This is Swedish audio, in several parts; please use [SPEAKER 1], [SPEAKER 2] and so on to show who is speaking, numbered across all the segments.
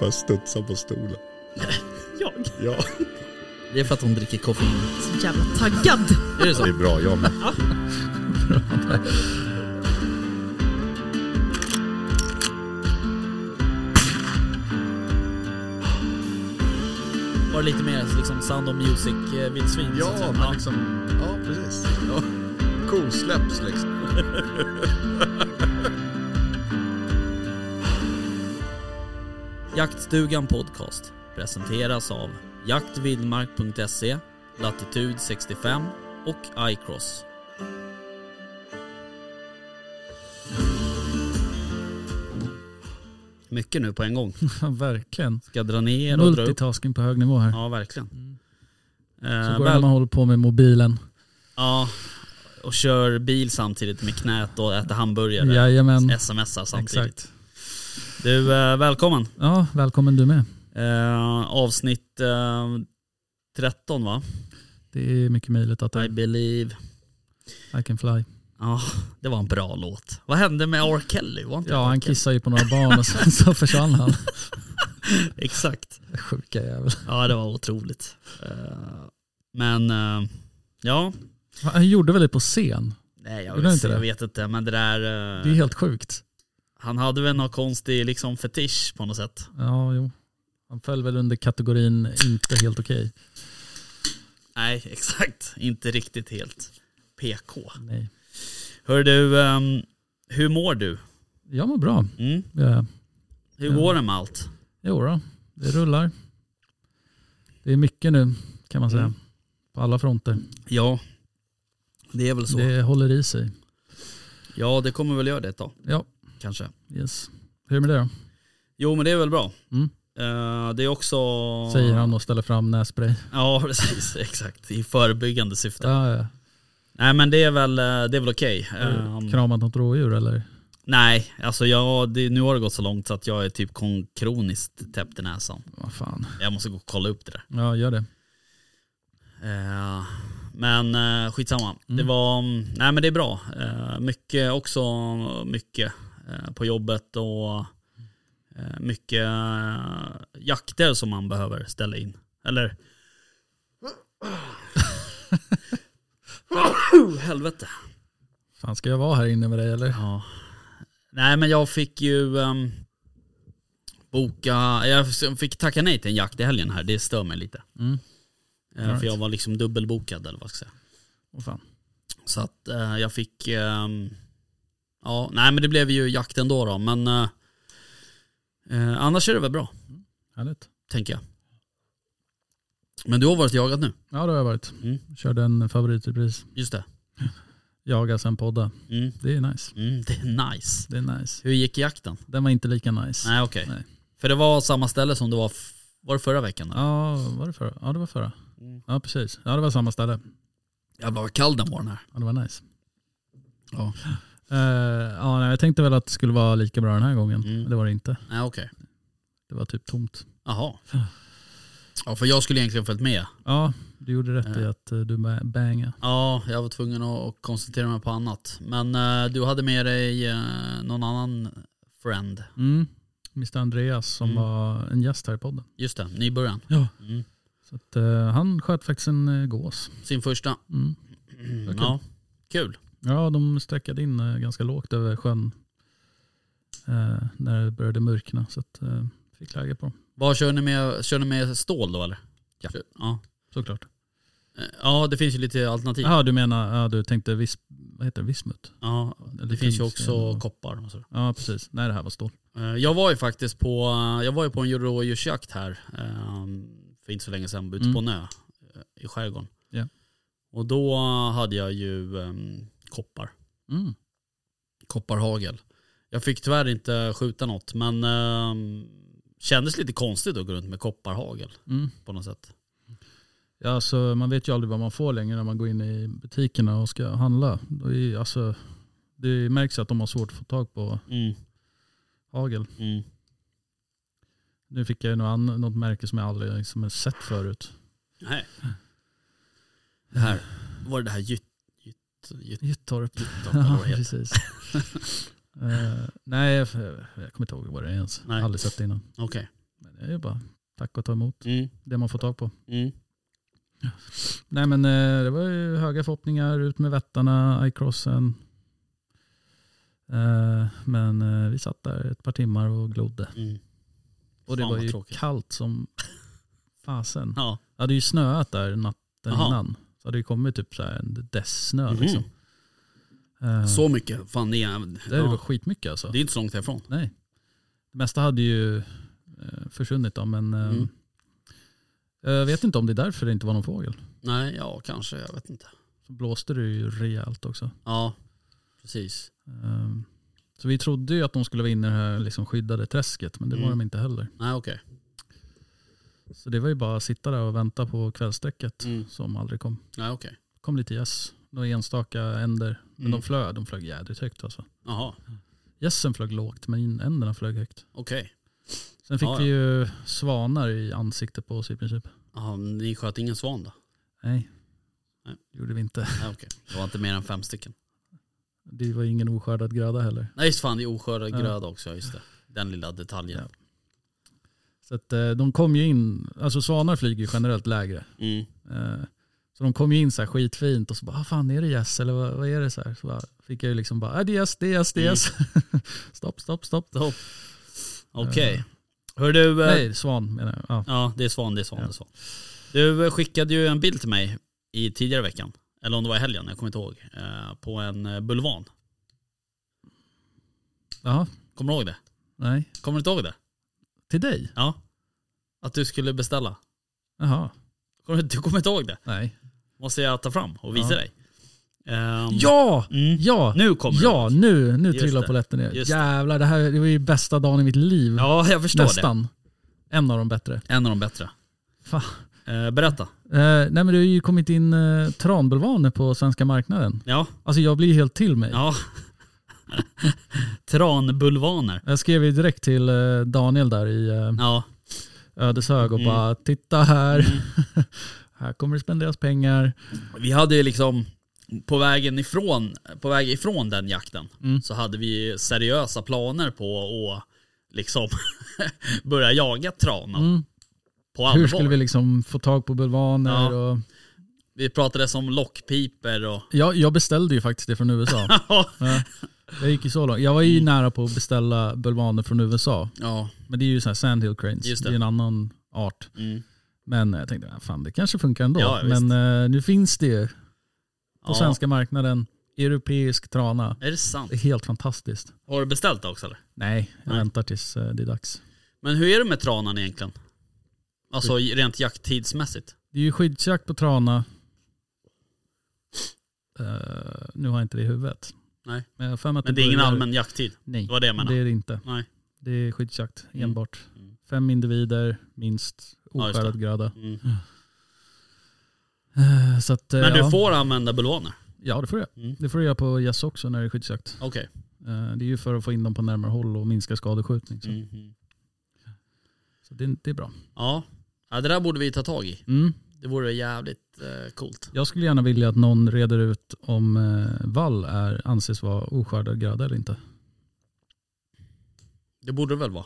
[SPEAKER 1] Bara studsa på stolen.
[SPEAKER 2] Jag?
[SPEAKER 1] Ja.
[SPEAKER 3] Det är för att hon dricker koffein.
[SPEAKER 2] Så jävla taggad.
[SPEAKER 3] Är det så?
[SPEAKER 1] Det är bra, jag med.
[SPEAKER 3] Var det lite mer liksom Sound of Music-vildsvin? så att säga?
[SPEAKER 1] Ja, men liksom... Ja, precis. Ja. Kosläpps liksom.
[SPEAKER 3] Jaktstugan Podcast presenteras av jaktvildmark.se, Latitude 65 och iCross.
[SPEAKER 4] Mycket nu på en gång.
[SPEAKER 5] Ja, verkligen.
[SPEAKER 3] Ska dra ner och dra upp.
[SPEAKER 5] Multitasking på hög nivå här.
[SPEAKER 4] Ja, verkligen.
[SPEAKER 5] Så
[SPEAKER 4] Mm. Eh,
[SPEAKER 5] går det när
[SPEAKER 4] väl,
[SPEAKER 5] man håller på med mobilen.
[SPEAKER 4] ja, och kör bil samtidigt med knät och äter hamburgare.
[SPEAKER 5] Jajamän.
[SPEAKER 4] Smsar samtidigt.
[SPEAKER 5] Exakt.
[SPEAKER 4] Du, eh, välkommen.
[SPEAKER 5] Ja, välkommen du med.
[SPEAKER 4] Eh, avsnitt eh, 13 va?
[SPEAKER 5] Det är mycket möjligt att
[SPEAKER 4] I
[SPEAKER 5] I,
[SPEAKER 4] believe.
[SPEAKER 5] I can fly.
[SPEAKER 4] Ja, det var en bra låt. Vad hände med R. Kelly? Var inte
[SPEAKER 5] Ja,
[SPEAKER 4] det
[SPEAKER 5] han
[SPEAKER 4] R. Kelly?
[SPEAKER 5] kissade ju på några barn och sen så försvann han.
[SPEAKER 4] Exakt.
[SPEAKER 5] Sjuka jävel.
[SPEAKER 4] Ja, det var otroligt. Eh, men eh, ja,
[SPEAKER 5] Han gjorde väl det på scen?
[SPEAKER 4] nej jag,
[SPEAKER 5] Gjorde
[SPEAKER 4] vet,
[SPEAKER 5] han inte det?
[SPEAKER 4] jag vet inte. Men det där, eh,
[SPEAKER 5] Det är helt sjukt.
[SPEAKER 4] han hade väl någon konstig liksom, fetisch på något sätt.
[SPEAKER 5] Ja, jo. Han föll väl under kategorin inte helt okej.
[SPEAKER 4] Nej, exakt. Inte riktigt helt PK.
[SPEAKER 5] Nej.
[SPEAKER 4] Hör du, ehm, hur mår du?
[SPEAKER 5] Jag mår bra.
[SPEAKER 4] Mm?
[SPEAKER 5] Ja.
[SPEAKER 4] Hur
[SPEAKER 5] Ja.
[SPEAKER 4] går det med allt?
[SPEAKER 5] Jo då, det rullar. Det är mycket nu kan man säga.
[SPEAKER 4] Mm.
[SPEAKER 5] På alla fronter.
[SPEAKER 4] Ja, det är väl så.
[SPEAKER 5] Det håller i sig.
[SPEAKER 4] Ja, det kommer väl göra det ett tag,
[SPEAKER 5] Ja,
[SPEAKER 4] kanske.
[SPEAKER 5] yes. Hur är det med det då?
[SPEAKER 4] Jo, men det är väl bra.
[SPEAKER 5] Mm.
[SPEAKER 4] Eh, det är också...
[SPEAKER 5] Säger han och ställer fram nässpray.
[SPEAKER 4] Ja, precis. Exakt. I förebyggande syfte.
[SPEAKER 5] Ja, ja.
[SPEAKER 4] Nej, men det är väl, eh, det är väl okej.
[SPEAKER 5] Har du
[SPEAKER 4] Ehm,
[SPEAKER 5] Kramat något rådjur eller?
[SPEAKER 4] nej, alltså jag, det, nu har det gått så långt så att jag är typ kon- kroniskt täppt i näsan.
[SPEAKER 5] Vad fan.
[SPEAKER 4] Jag måste gå och kolla upp det där.
[SPEAKER 5] Ja, gör det.
[SPEAKER 4] Eh, men eh, skitsamma.
[SPEAKER 5] Mm.
[SPEAKER 4] Det var, nej men det är bra. Eh, mycket också, mycket eh, på jobbet och eh, mycket eh, jakter som man behöver ställa in. Eller? Helvete.
[SPEAKER 5] Fan, ska jag vara här inne med dig eller?
[SPEAKER 4] Ja. Nej men jag fick ju ehm, boka, jag fick tacka nej till en jakt i helgen här, det stör mig lite.
[SPEAKER 5] Mm.
[SPEAKER 4] Eh,
[SPEAKER 5] Alright.
[SPEAKER 4] För jag var liksom dubbelbokad eller vad jag ska jag säga.
[SPEAKER 5] Åh fan.
[SPEAKER 4] Så att eh, jag fick, ehm, ja, nej men det blev ju jakt ändå då, men eh, eh, annars är det väl bra,
[SPEAKER 5] Härligt.
[SPEAKER 4] tänker jag. Men du har varit jagad nu,
[SPEAKER 5] Ja, det har jag varit.
[SPEAKER 4] Mm.
[SPEAKER 5] Körde en favoritrepris.
[SPEAKER 4] just det.
[SPEAKER 5] Jaga sen podda.
[SPEAKER 4] Mm,
[SPEAKER 5] Det är nice.
[SPEAKER 4] mm, det är nice.
[SPEAKER 5] Det är nice.
[SPEAKER 4] Hur gick jakten?
[SPEAKER 5] Den var inte lika nice.
[SPEAKER 4] Nej okej.
[SPEAKER 5] Nej.
[SPEAKER 4] För det var samma ställe som det var, f- var det förra veckan? Då?
[SPEAKER 5] Ja, var det förra? Ja, det var förra.
[SPEAKER 4] Mm.
[SPEAKER 5] Ja, precis. Ja, det var samma ställe.
[SPEAKER 4] Jävlar vad kall den var den här.
[SPEAKER 5] Ja, det var nice.
[SPEAKER 4] Ja.
[SPEAKER 5] Eh, ja, nej, jag tänkte väl att det skulle vara lika bra den här gången.
[SPEAKER 4] Mm.
[SPEAKER 5] Men Det var det inte.
[SPEAKER 4] Nej okej.
[SPEAKER 5] Det var typ tomt.
[SPEAKER 4] Jaha. Ja för jag skulle egentligen följt med.
[SPEAKER 5] Ja, du gjorde rätt i
[SPEAKER 4] Ja.
[SPEAKER 5] att eh, du ba- banga.
[SPEAKER 4] Ja, jag var tvungen att att koncentrera mig på annat. Men eh, du hade med dig eh, någon annan friend.
[SPEAKER 5] Mm. Mr Andreas som
[SPEAKER 4] Mm.
[SPEAKER 5] var en gäst här i podden.
[SPEAKER 4] Just det, nybörjaren.
[SPEAKER 5] Ja.
[SPEAKER 4] Mm.
[SPEAKER 5] Så att, eh, han sköt faktiskt en eh, gås.
[SPEAKER 4] Sin första.
[SPEAKER 5] Mm.
[SPEAKER 4] Mm,
[SPEAKER 5] Vad
[SPEAKER 4] ja, kul.
[SPEAKER 5] Ja, de stöckade in eh, ganska lågt över sjön eh, när det började mörkna. Så att, eh, fick läge på dem,
[SPEAKER 4] Vad kör ni med? Kör ni med stål då eller?
[SPEAKER 5] Ja.
[SPEAKER 4] Kör- Ja,
[SPEAKER 5] såklart.
[SPEAKER 4] Eh, ja det finns ju lite alternativ.
[SPEAKER 5] Ja, du menar, ja, du tänkte vis, vad heter det, vismut?
[SPEAKER 4] Ja,
[SPEAKER 5] Eller
[SPEAKER 4] det finns ju
[SPEAKER 5] tungsten
[SPEAKER 4] också
[SPEAKER 5] och-
[SPEAKER 4] koppar och så.
[SPEAKER 5] Ja, precis. Nej, det här var stål.
[SPEAKER 4] Eh, Jag var ju faktiskt på, eh, jag var ju på en rådjursjakt här ehm, för inte så länge sedan ute
[SPEAKER 5] Mm.
[SPEAKER 4] på en ö eh, i skärgården.
[SPEAKER 5] Ja.
[SPEAKER 4] Och då hade jag ju ehm, koppar,
[SPEAKER 5] Mm.
[SPEAKER 4] kopparhagel. Jag fick tyvärr inte skjuta något men um, kändes lite konstigt att gå runt med kopparhagel
[SPEAKER 5] Mm.
[SPEAKER 4] på något sätt.
[SPEAKER 5] Ja, alltså, man vet ju aldrig vad man får längre när man går in i butikerna och ska handla. Då är, alltså, det märks att de har svårt att få tag på
[SPEAKER 4] Mm,
[SPEAKER 5] hagel.
[SPEAKER 4] mm.
[SPEAKER 5] Nu fick jag ju något, ann- något märke som jag aldrig liksom sett förut.
[SPEAKER 4] Nej. Det här, var det det här gytt, gytt, gytt,
[SPEAKER 5] Gyttorp.
[SPEAKER 4] gyttorp eller
[SPEAKER 5] Ja,
[SPEAKER 4] vad det heter?
[SPEAKER 5] precis. Eh, nej, jag, jag kommer inte ihåg vad det är ens.
[SPEAKER 4] Nej.
[SPEAKER 5] Aldrig sett det innan.
[SPEAKER 4] Okej.
[SPEAKER 5] Men det är ju bara tack och ta emot
[SPEAKER 4] Mm.
[SPEAKER 5] det man får tag på.
[SPEAKER 4] Mm.
[SPEAKER 5] Nej men eh, det var ju höga förhoppningar, ut med vättarna, iCrossen. Eh, Men eh, vi satt där ett par timmar och glodde.
[SPEAKER 4] Mm.
[SPEAKER 5] Och det
[SPEAKER 4] Fan,
[SPEAKER 5] var
[SPEAKER 4] vad
[SPEAKER 5] ju
[SPEAKER 4] tråkigt.
[SPEAKER 5] kallt som fasen.
[SPEAKER 4] Ja.
[SPEAKER 5] Det hade ju snöat där natten
[SPEAKER 4] Jaha.
[SPEAKER 5] innan. Så hade det ju kommit typ så här en dessnö
[SPEAKER 4] Mhm.
[SPEAKER 5] liksom. Eh,
[SPEAKER 4] Så mycket. Fan det är...
[SPEAKER 5] Det var skitmycket alltså.
[SPEAKER 4] det är inte så långt härifrån.
[SPEAKER 5] Nej. Det mesta hade ju eh, försvunnit då, men eh,
[SPEAKER 4] Mm.
[SPEAKER 5] jag vet inte om det är därför det inte var någon fågel.
[SPEAKER 4] Nej, ja kanske. Jag vet inte.
[SPEAKER 5] Så blåste det ju rejält också.
[SPEAKER 4] Ja, precis.
[SPEAKER 5] Eh, Så vi trodde ju att de skulle vara inne i det här liksom skyddade träsket, men det var
[SPEAKER 4] Mm.
[SPEAKER 5] de inte heller.
[SPEAKER 4] Nej okej.
[SPEAKER 5] Så det var ju bara att sitta där och vänta på kvällsdäcket
[SPEAKER 4] Mm.
[SPEAKER 5] som aldrig kom.
[SPEAKER 4] Nej okej.
[SPEAKER 5] kom lite gäss, några enstaka änder. Men
[SPEAKER 4] Mm.
[SPEAKER 5] de flög, de flög jädrigt högt alltså.
[SPEAKER 4] Jaha,
[SPEAKER 5] Gässen flög lågt, men änderna flög högt.
[SPEAKER 4] okej.
[SPEAKER 5] Sen fick
[SPEAKER 4] Ja,
[SPEAKER 5] vi ju svanar i ansiktet på oss i princip.
[SPEAKER 4] Jaha, men Ni sköt ingen svan då?
[SPEAKER 5] Nej.
[SPEAKER 4] Nej.
[SPEAKER 5] gjorde vi inte.
[SPEAKER 4] Nej okej. Det var inte mer än fem stycken.
[SPEAKER 5] Det var ingen oskördad gröda heller.
[SPEAKER 4] Nej just fan, det är oskördad
[SPEAKER 5] Ja.
[SPEAKER 4] gröda också. ja, Just det. Den lilla detaljen.
[SPEAKER 5] Så att, eh, de kom ju in, alltså svanar flyger ju generellt lägre.
[SPEAKER 4] Mm.
[SPEAKER 5] Eh, så de kom ju in så här skitfint och så bara, ah, fan är det gäss eller vad, vad är det så här? Så bara, fick jag ju liksom bara, ah, det är gäss, det är gäss, det är gäss.
[SPEAKER 4] Mm.
[SPEAKER 5] stopp, stopp, stopp.
[SPEAKER 4] Topp. Okej. Hör du, eh,
[SPEAKER 5] Nej, svan menar jag. Ja.
[SPEAKER 4] ja det är svan, det är svan,
[SPEAKER 5] Ja.
[SPEAKER 4] det är svan. Du eh, skickade ju en bild till mig i tidigare veckan. Eller om det var i helgen, jag kommer inte ihåg. Eh, På en eh, bulvan.
[SPEAKER 5] Jaha,
[SPEAKER 4] Kommer du ihåg det?
[SPEAKER 5] nej.
[SPEAKER 4] Kommer du inte ihåg det?
[SPEAKER 5] Till dig?
[SPEAKER 4] Ja. Att du skulle beställa.
[SPEAKER 5] Jaha,
[SPEAKER 4] Kommer- Du kommer inte ihåg det?
[SPEAKER 5] nej.
[SPEAKER 4] Måste jag ta fram och visa
[SPEAKER 5] Ja.
[SPEAKER 4] dig. Ehm,
[SPEAKER 5] Ja!
[SPEAKER 4] Mm.
[SPEAKER 5] Ja!
[SPEAKER 4] Nu kommer det.
[SPEAKER 5] ja, nu, nu
[SPEAKER 4] Just
[SPEAKER 5] trillar
[SPEAKER 4] det.
[SPEAKER 5] polletten ner.
[SPEAKER 4] Just det.
[SPEAKER 5] Jävlar, det här det var ju bästa dagen i mitt liv.
[SPEAKER 4] Ja, jag förstår
[SPEAKER 5] Nästan. En av de bättre.
[SPEAKER 4] det. En av de bättre.
[SPEAKER 5] Fan.
[SPEAKER 4] Eh, berätta.
[SPEAKER 5] Eh, nej men det har ju kommit in eh, tranbulvaner på svenska marknaden.
[SPEAKER 4] Ja.
[SPEAKER 5] Alltså jag blir helt till mig.
[SPEAKER 4] ja. Tranbulvaner.
[SPEAKER 5] Jag skrev ju direkt till eh, Daniel där i eh,
[SPEAKER 4] Ja.
[SPEAKER 5] Ödeshög och
[SPEAKER 4] Mm.
[SPEAKER 5] bara titta här. här kommer det spenderas pengar.
[SPEAKER 4] Vi hade ju liksom på vägen ifrån, på väg ifrån den jakten
[SPEAKER 5] Mm.
[SPEAKER 4] så hade vi seriösa planer på att liksom börja jaga tranan
[SPEAKER 5] Mm.
[SPEAKER 4] på
[SPEAKER 5] Hur
[SPEAKER 4] allvar.
[SPEAKER 5] skulle vi
[SPEAKER 4] Vi...
[SPEAKER 5] liksom få tag på bulvaner?
[SPEAKER 4] Ja.
[SPEAKER 5] Och,
[SPEAKER 4] pratade som lockpiper och...
[SPEAKER 5] jag, jag beställde ju faktiskt det från USA. Ja. Jag gick ju så långt. Jag var ju
[SPEAKER 4] Mm.
[SPEAKER 5] nära på att beställa bulvaner från USA.
[SPEAKER 4] ja.
[SPEAKER 5] Men det är ju så här sandhill cranes.
[SPEAKER 4] Just
[SPEAKER 5] det.
[SPEAKER 4] det.
[SPEAKER 5] är en annan art.
[SPEAKER 4] Mm.
[SPEAKER 5] Men jag tänkte, "Ah, fan det kanske funkar ändå.
[SPEAKER 4] Ja, visst.
[SPEAKER 5] men eh, nu finns det ju på
[SPEAKER 4] ja.
[SPEAKER 5] svenska marknaden. Europeisk trana.
[SPEAKER 4] Är det sant?
[SPEAKER 5] Det är helt fantastiskt.
[SPEAKER 4] Har du beställt det också eller?
[SPEAKER 5] Nej, jag
[SPEAKER 4] Nej.
[SPEAKER 5] väntar tills eh, det är dags.
[SPEAKER 4] Men hur är det med tranan egentligen? Alltså rent jakttidsmässigt?
[SPEAKER 5] Det är ju skyddsjakt på trana. Eh, nu har jag inte det i huvudet.
[SPEAKER 4] Nej.
[SPEAKER 5] Men, jag har för mig att
[SPEAKER 4] Men det är ingen
[SPEAKER 5] börjar-
[SPEAKER 4] allmän jakttid?
[SPEAKER 5] Nej,
[SPEAKER 4] Det var det jag menade.
[SPEAKER 5] det är det inte.
[SPEAKER 4] Nej.
[SPEAKER 5] Det är skyddsjakt
[SPEAKER 4] Mm.
[SPEAKER 5] enbart.
[SPEAKER 4] Mm.
[SPEAKER 5] Fem individer, minst
[SPEAKER 4] Ja, just
[SPEAKER 5] oskärad gröda.
[SPEAKER 4] Mm.
[SPEAKER 5] Eh, Så att, eh,
[SPEAKER 4] Men
[SPEAKER 5] ja.
[SPEAKER 4] du får använda bulvaner?
[SPEAKER 5] Ja det får du göra.
[SPEAKER 4] Mm.
[SPEAKER 5] Det får du göra på gäss också när det är skyddsjakt.
[SPEAKER 4] Okej.
[SPEAKER 5] Eh, Det är ju för att få in dem på närmare håll och minska skadeskjutning. Så,
[SPEAKER 4] Mhm.
[SPEAKER 5] så det, det är bra.
[SPEAKER 4] Ja. ja, det där borde vi ta tag i.
[SPEAKER 5] Mm.
[SPEAKER 4] Det vore jävligt eh, coolt.
[SPEAKER 5] Jag skulle gärna vilja att någon reder ut om eh, vall är, anses vara oskördad gröda eller inte.
[SPEAKER 4] Det borde det väl vara?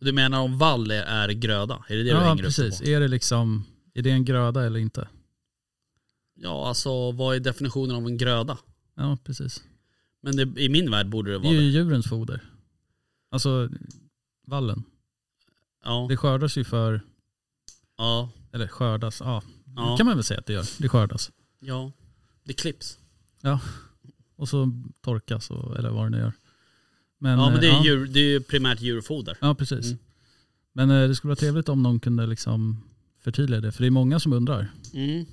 [SPEAKER 4] Du menar om vall är, är gröda? Är det det du
[SPEAKER 5] ja
[SPEAKER 4] hänger
[SPEAKER 5] precis.
[SPEAKER 4] upp det på?
[SPEAKER 5] Är det liksom, är det en gröda eller inte?
[SPEAKER 4] Ja, alltså vad är definitionen av en gröda?
[SPEAKER 5] Ja precis.
[SPEAKER 4] Men det, i min värld borde det
[SPEAKER 5] Det
[SPEAKER 4] vara
[SPEAKER 5] är ju
[SPEAKER 4] det.
[SPEAKER 5] djurens foder. Alltså vallen.
[SPEAKER 4] Ja,
[SPEAKER 5] Det skördas ju för,
[SPEAKER 4] ja,
[SPEAKER 5] eller skördas, ja. Det
[SPEAKER 4] ja.
[SPEAKER 5] kan man väl säga att det gör. Det skördas.
[SPEAKER 4] ja. Det klipps.
[SPEAKER 5] Och så torkas och, eller vad det nu gör. Men,
[SPEAKER 4] Ja, men det
[SPEAKER 5] eh,
[SPEAKER 4] är ju det är ju primärt djurfoder.
[SPEAKER 5] Ja, precis.
[SPEAKER 4] Mm.
[SPEAKER 5] Men eh, det skulle vara trevligt om någon kunde liksom förtydliga det, för det är många som undrar.
[SPEAKER 4] Mm.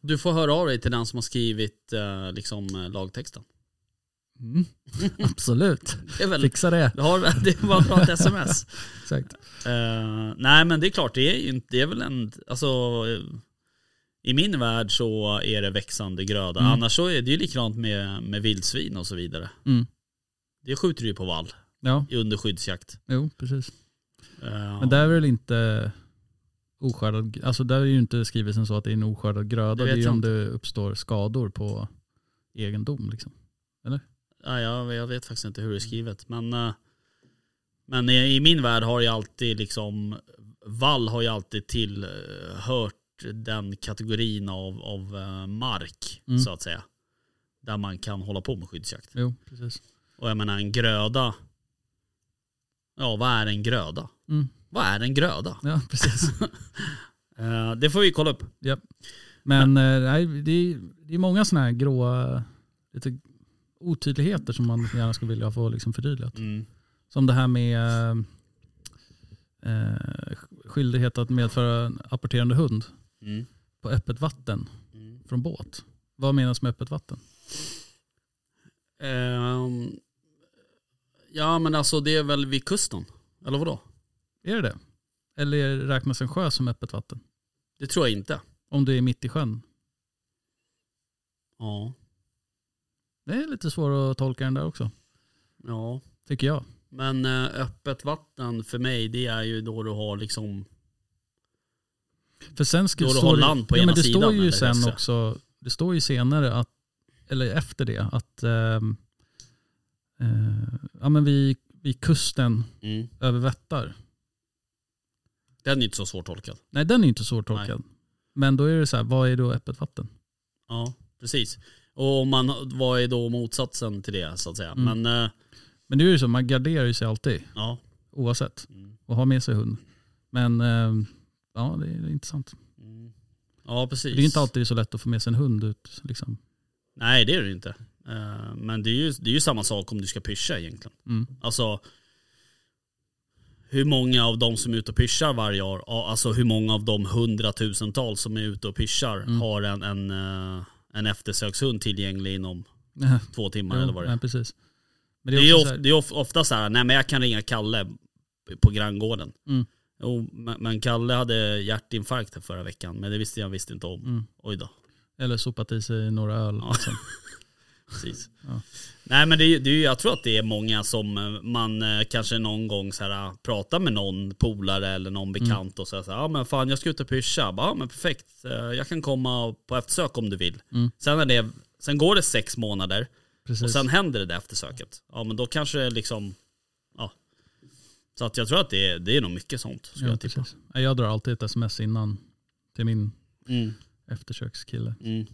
[SPEAKER 4] Du får höra av dig till den som har skrivit eh, liksom, eh, lagtexten.
[SPEAKER 5] Absolut,
[SPEAKER 4] Det, är väl,
[SPEAKER 5] fixa det.
[SPEAKER 4] det, har, det var bra ett sms.
[SPEAKER 5] Exakt.
[SPEAKER 4] Eh, nej men det är klart, det är, ju inte, det är väl en... Alltså, eh, I min värld så är det växande gröda.
[SPEAKER 5] Mm.
[SPEAKER 4] Annars så är det ju likadant med, med vildsvin och så vidare.
[SPEAKER 5] Mm.
[SPEAKER 4] Det skjuter du ju på vall
[SPEAKER 5] Ja,
[SPEAKER 4] i under skyddsjakt.
[SPEAKER 5] jo precis.
[SPEAKER 4] Eh,
[SPEAKER 5] Men där är det väl inte oskördad, alltså där är ju inte skrivelsen så att det är en oskördad gröda.
[SPEAKER 4] Det
[SPEAKER 5] Det,
[SPEAKER 4] vet
[SPEAKER 5] är ju
[SPEAKER 4] jag
[SPEAKER 5] om det uppstår skador på egendom liksom.
[SPEAKER 4] nej, jag, jag vet faktiskt inte hur det är skrivet. Men, eh, men i, i min värld har jag alltid liksom, vall har ju alltid tillhört den kategorin av, av eh, mark
[SPEAKER 5] Mm.
[SPEAKER 4] så att säga. Där man kan hålla på med skyddsjakt.
[SPEAKER 5] Jo, precis.
[SPEAKER 4] Och jag menar en gröda, ja vad är en gröda?
[SPEAKER 5] Mm.
[SPEAKER 4] Vad är en gröda?
[SPEAKER 5] Ja, precis.
[SPEAKER 4] Eh, det får vi kolla upp.
[SPEAKER 5] Men eh, nej, det, är, det är många sådana här gråa lite otydligheter som man gärna skulle vilja få liksom förtydligat.
[SPEAKER 4] Mm,
[SPEAKER 5] Som det här med eh, eh, skyldighet att medföra en apporterande hund
[SPEAKER 4] Mm.
[SPEAKER 5] på öppet vatten
[SPEAKER 4] Mm.
[SPEAKER 5] från båt. Vad menas med öppet vatten?
[SPEAKER 4] Ehm, ja men alltså det är väl vid kusten? Eller vadå?
[SPEAKER 5] Är det det? Eller räknas en sjö som öppet vatten?
[SPEAKER 4] Det tror jag inte.
[SPEAKER 5] Om du är mitt i sjön.
[SPEAKER 4] Ja.
[SPEAKER 5] Det är lite svårt att tolka den där också,
[SPEAKER 4] ja.
[SPEAKER 5] tycker jag.
[SPEAKER 4] Men eh, öppet vatten för mig det är ju då du har liksom,
[SPEAKER 5] För sen ska,
[SPEAKER 4] Då du
[SPEAKER 5] står
[SPEAKER 4] har
[SPEAKER 5] det-
[SPEAKER 4] land på
[SPEAKER 5] ja,
[SPEAKER 4] ena
[SPEAKER 5] men det
[SPEAKER 4] sidan,
[SPEAKER 5] Står ju
[SPEAKER 4] eller
[SPEAKER 5] sen
[SPEAKER 4] hur?
[SPEAKER 5] också, det står ju senare, att, eller efter det, att ehm, eh, ja, men vi, vi kusten
[SPEAKER 4] Mm.
[SPEAKER 5] över Vättar.
[SPEAKER 4] den är inte så svårtolkad.
[SPEAKER 5] Nej, den är ju inte svårtolkad. Men då är det så här, vad är då öppet vatten?
[SPEAKER 4] Ja precis. Och om man, vad är då motsatsen till det så att säga?
[SPEAKER 5] Mm.
[SPEAKER 4] Men eh,
[SPEAKER 5] Men det är ju så, man garderar ju sig alltid,
[SPEAKER 4] ja.
[SPEAKER 5] oavsett,
[SPEAKER 4] Mm.
[SPEAKER 5] och har med sig hund. Men ehm, ja, det är intressant.
[SPEAKER 4] Mm. Ja precis.
[SPEAKER 5] Det är ju inte alltid så lätt att få med sig en hund ut. Liksom.
[SPEAKER 4] Nej det är det inte. Eh, men det är, ju, det är ju samma sak om du ska pyscha egentligen.
[SPEAKER 5] Mm.
[SPEAKER 4] Alltså hur många av de som är ute och pyschar varje år, ja, alltså hur många av de hundratusentals som är ute och pyschar
[SPEAKER 5] Mm.
[SPEAKER 4] har en, en, eh, en eftersökshund tillgänglig inom två timmar eller vad det är.
[SPEAKER 5] Nej, precis. Men
[SPEAKER 4] Det är, ju
[SPEAKER 5] också så
[SPEAKER 4] of,
[SPEAKER 5] här-
[SPEAKER 4] det är of, ofta så här, nej men jag kan ringa Kalle på granngården.
[SPEAKER 5] Mm.
[SPEAKER 4] Jo, men, men Kalle hade hjärtinfarkt här förra veckan, men det visste jag visst inte om.
[SPEAKER 5] Mm.
[SPEAKER 4] Oj då.
[SPEAKER 5] Eller sopat i sig några öl.
[SPEAKER 4] Ja.
[SPEAKER 5] liksom.
[SPEAKER 4] Precis.
[SPEAKER 5] Ja.
[SPEAKER 4] Nej men det, är ju- det, är ju- jag tror att det är många som eh, man eh, kanske någon gång så här, ah, pratar med någon polare eller någon
[SPEAKER 5] Mm.
[SPEAKER 4] bekant och säger så här, ja men fan jag ska ut och pyscha. Bara, Ja men perfekt, Eh, jag kan komma på eftersök om du vill.
[SPEAKER 5] Mm.
[SPEAKER 4] Sen, är det, sen går det sex månader
[SPEAKER 5] Precis.
[SPEAKER 4] och sen händer det där eftersöket. Ja men då kanske det liksom, ja. Så att jag tror att det är, det är nog mycket sånt. Skulle
[SPEAKER 5] Ja,
[SPEAKER 4] jag tippa.
[SPEAKER 5] precis. Nej, Jag drar alltid ett sms innan till min
[SPEAKER 4] Mm,
[SPEAKER 5] eftersökskille.
[SPEAKER 4] mm,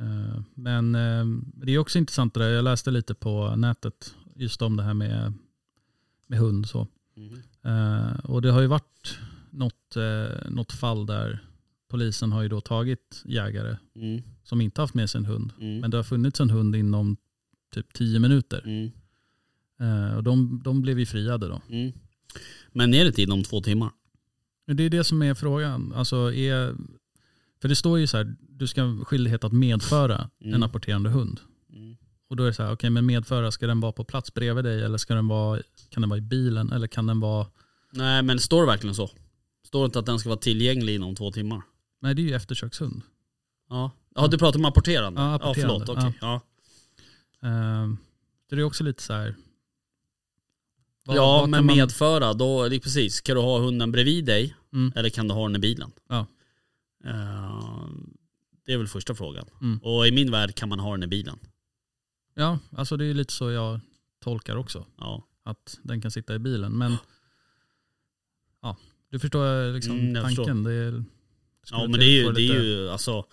[SPEAKER 5] Eh, Men eh, det är också intressant det där. Jag läste lite på nätet just om det här med, med hund. Så.
[SPEAKER 4] mm,
[SPEAKER 5] Eh, Och det har ju varit något, eh, något fall där polisen har ju då tagit jägare
[SPEAKER 4] mm,
[SPEAKER 5] som inte haft med sig en hund.
[SPEAKER 4] mm,
[SPEAKER 5] Men det har funnits en hund inom typ tio minuter.
[SPEAKER 4] mm,
[SPEAKER 5] Eh, Och de, de blev ju friade då.
[SPEAKER 4] mm. Men är det tid om två timmar?
[SPEAKER 5] Men Det är det som är frågan. Alltså är, för det står ju så här, du ska ha skyldighet att medföra
[SPEAKER 4] Mm.
[SPEAKER 5] en apporterande hund.
[SPEAKER 4] Mm,
[SPEAKER 5] Och då är det så här, okej men medföra, ska den vara på plats bredvid dig eller ska den vara, kan den vara i bilen eller kan den vara,
[SPEAKER 4] Nej men står det verkligen så? Står det inte att den ska vara tillgänglig inom två timmar?
[SPEAKER 5] nej det är ju eftersökshund.
[SPEAKER 4] Ja, ja du pratar om apporterande?
[SPEAKER 5] Ja, apporterande.
[SPEAKER 4] förlåt, okej. Ja.
[SPEAKER 5] Ehm, så det är också lite så här.
[SPEAKER 4] Ja,
[SPEAKER 5] vad- vad kan
[SPEAKER 4] men
[SPEAKER 5] man-
[SPEAKER 4] medföra, då, det är precis, kan du ha hunden bredvid dig
[SPEAKER 5] Mm.
[SPEAKER 4] eller kan du ha den i bilen?
[SPEAKER 5] Ja.
[SPEAKER 4] Eh, det är väl första frågan.
[SPEAKER 5] Mm.
[SPEAKER 4] Och i min värld kan man ha den i bilen.
[SPEAKER 5] Ja, alltså det är ju lite så jag tolkar också.
[SPEAKER 4] Ja.
[SPEAKER 5] Att den kan sitta i bilen. Men ja, du förstår liksom
[SPEAKER 4] Mm, jag
[SPEAKER 5] tanken. Det är,
[SPEAKER 4] Ja
[SPEAKER 5] skulle
[SPEAKER 4] men det är ju,
[SPEAKER 5] få
[SPEAKER 4] det
[SPEAKER 5] lite-
[SPEAKER 4] är ju alltså,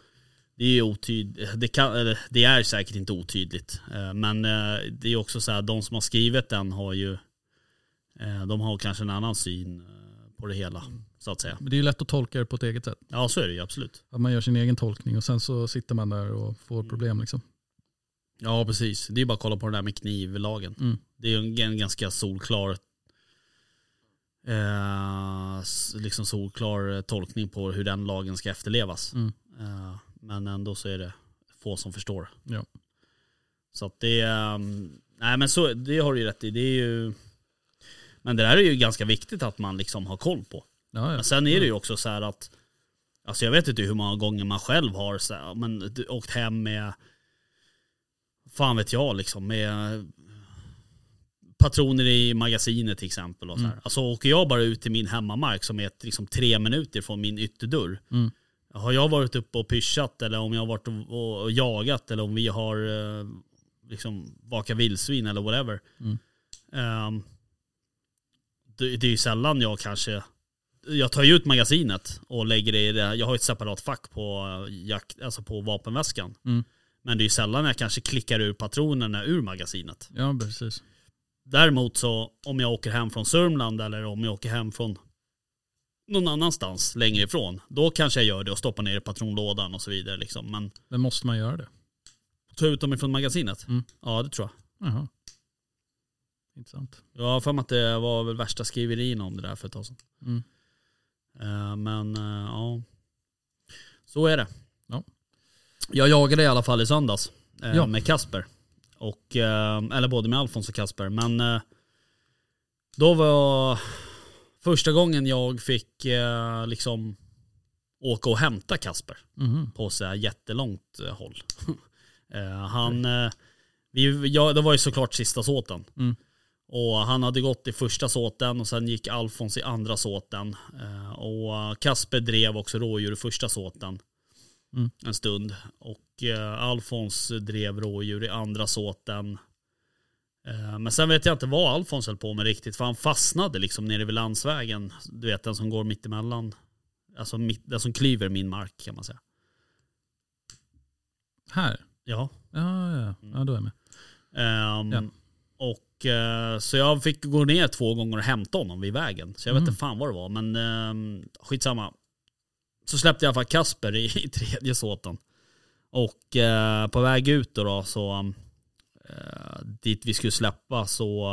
[SPEAKER 4] det är ju otydligt, det, kan, eller, det är säkert inte otydligt. eh, Men eh, det är också så här, de som har skrivit den har ju, eh, de har kanske en annan syn eh, på det hela. Så att säga.
[SPEAKER 5] Men det är ju lätt att tolka det på ett eget sätt.
[SPEAKER 4] Ja så är det ju absolut.
[SPEAKER 5] Att man gör sin egen tolkning och sen så sitter man där och
[SPEAKER 4] Mm.
[SPEAKER 5] får problem. Liksom.
[SPEAKER 4] Ja precis, det är ju bara att kolla på den där med knivlagen.
[SPEAKER 5] Mm.
[SPEAKER 4] Det är ju en, en ganska solklar eh, s- liksom solklar tolkning på hur den lagen ska efterlevas.
[SPEAKER 5] Mm.
[SPEAKER 4] Eh, men ändå så är det få som förstår.
[SPEAKER 5] Ja.
[SPEAKER 4] Så att det, eh, nej men så, det har du ju rätt i. Det är ju, men det där är ju ganska viktigt att man liksom har koll på.
[SPEAKER 5] Ja, ja.
[SPEAKER 4] Men sen är det ju också så här att, alltså jag vet inte hur många gånger man själv har så här, men, du- åkt hem med, fan vet jag liksom, med patroner i magasinet till exempel. Och så här.
[SPEAKER 5] Mm.
[SPEAKER 4] Alltså åker jag bara ut till min hemmamark som är ett, liksom, tre minuter från min ytterdörr.
[SPEAKER 5] Mm.
[SPEAKER 4] Har jag varit uppe och pyschat eller om jag har varit och, och, och jagat eller om vi har eh, liksom vaka vildsvin eller whatever.
[SPEAKER 5] Mm.
[SPEAKER 4] Ehm, det, det är ju sällan jag kanske, jag tar ju ut magasinet och lägger det i det, jag har ju ett separat fack på, eh, jakt, alltså på vapenväskan.
[SPEAKER 5] Mm.
[SPEAKER 4] Men det är ju sällan jag kanske klickar ur patronerna ur magasinet.
[SPEAKER 5] Ja, precis.
[SPEAKER 4] Däremot så om jag åker hem från Sörmland eller om jag åker hem från någon annanstans längre ifrån, då kanske jag gör det och stoppar ner i patronlådan och så vidare. Liksom. Men
[SPEAKER 5] Då måste man göra det.
[SPEAKER 4] ta ut dem ifrån magasinet?
[SPEAKER 5] Mm.
[SPEAKER 4] Ja, det tror jag.
[SPEAKER 5] Jaha. Intressant.
[SPEAKER 4] Jag har för mig att det var väl värsta skriverierna om det där för ett tag sedan.
[SPEAKER 5] Mm.
[SPEAKER 4] Eh, men eh, ja, så är det.
[SPEAKER 5] Ja.
[SPEAKER 4] Jag jagade i alla fall i söndags eh,
[SPEAKER 5] Ja.
[SPEAKER 4] med Kasper. Och, eh, eller både med Alfons och Kasper. Men eh, då var första gången jag fick eh, liksom åka och hämta Kasper
[SPEAKER 5] Mhm.
[SPEAKER 4] på så här jättelångt eh, håll. Eh, han, eh, vi, ja, det var ju såklart sista såten.
[SPEAKER 5] Mm.
[SPEAKER 4] Och han hade gått i första såten och sen gick Alfons i andra såten. Eh, och eh, Kasper drev också rådjur i första såten
[SPEAKER 5] Mm.
[SPEAKER 4] en stund. Och eh, Alfons drev rådjur i andra såten. Eh, Men sen vet jag inte vad Alfons höll på med riktigt, för han fastnade liksom nere vid landsvägen. Du vet den som går mittemellan, alltså mitt, den som klyver min mark kan man säga.
[SPEAKER 5] Här?
[SPEAKER 4] Ja.
[SPEAKER 5] Ja, ja,
[SPEAKER 4] Mm.
[SPEAKER 5] ja. ja, då är jag med.
[SPEAKER 4] Ehm,
[SPEAKER 5] Ja.
[SPEAKER 4] Och, eh, så jag fick gå ner två gånger och hämta honom vid vägen. Så jag vet
[SPEAKER 5] Mm.
[SPEAKER 4] inte fan vad det var, men ehm, skitsamma. Så släppte jag i alla fall Kasper i, i tredje såten. Och eh, på väg ut då, då så eh, dit vi skulle släppa så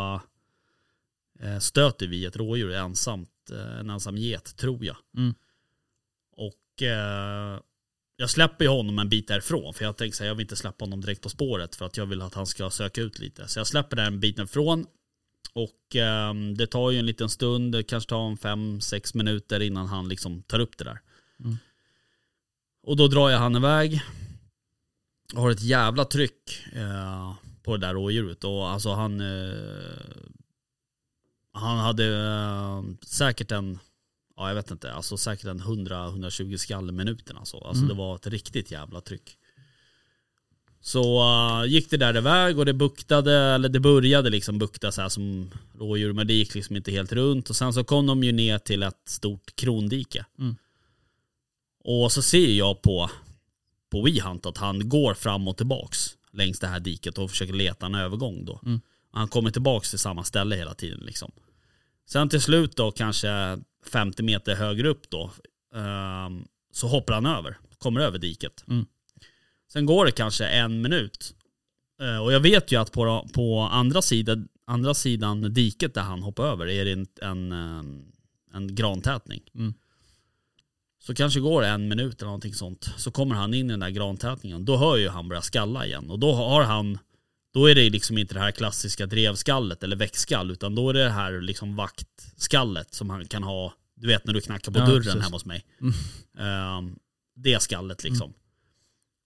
[SPEAKER 4] eh, stöter vi ett rådjur ensamt. Eh, en ensam get tror jag.
[SPEAKER 5] Mm.
[SPEAKER 4] Och eh, jag släpper ju honom en bit därifrån för jag tänker så här, jag vill inte släppa honom direkt på spåret för att jag vill att han ska söka ut lite. Så jag släpper den en bit därifrån och ehm, det tar ju en liten stund, det kanske tar en fem sex minuter innan han liksom tar upp det där.
[SPEAKER 5] Mm.
[SPEAKER 4] Och då drar jag han iväg. Jag har ett jävla tryck eh, på det där rådjuret och alltså han eh, han hade eh, säkert en ja jag vet inte, alltså säkert en 100-120 skall i minuten alltså. Alltså
[SPEAKER 5] Mm.
[SPEAKER 4] det var ett riktigt jävla tryck. Så eh, gick det där iväg och det buktade, eller det började liksom bukta så här som rådjur, men det gick liksom inte helt runt. Och sen så kom de ju ner till ett stort krondike.
[SPEAKER 5] Mm.
[SPEAKER 4] Och så ser jag på, på WeHunt att han går fram och tillbaks längs det här diket och försöker leta en övergång då.
[SPEAKER 5] Mm.
[SPEAKER 4] Han kommer tillbaks till samma ställe hela tiden liksom. Sen till slut då, kanske 50 meter högre upp då, ehm, så hoppar han över, kommer över diket.
[SPEAKER 5] Mm.
[SPEAKER 4] Sen går det kanske en minut. Eh, och jag vet ju att på, på andra, sidan, andra sidan diket där han hoppar över är det en, en, ehm, en grantätning.
[SPEAKER 5] Mm.
[SPEAKER 4] Så kanske går det en minut eller någonting sånt. Så kommer han in i den där grantätningen. Då hör ju han börja skalla igen. Och då har han, då är det liksom inte det här klassiska drevskallet eller växtskall. Utan då är det det här liksom vaktskallet som han kan ha. Du vet när du knackar på
[SPEAKER 5] Ja,
[SPEAKER 4] dörren
[SPEAKER 5] precis.
[SPEAKER 4] hemma hos mig.
[SPEAKER 5] Mm.
[SPEAKER 4] Ehm, det skallet liksom.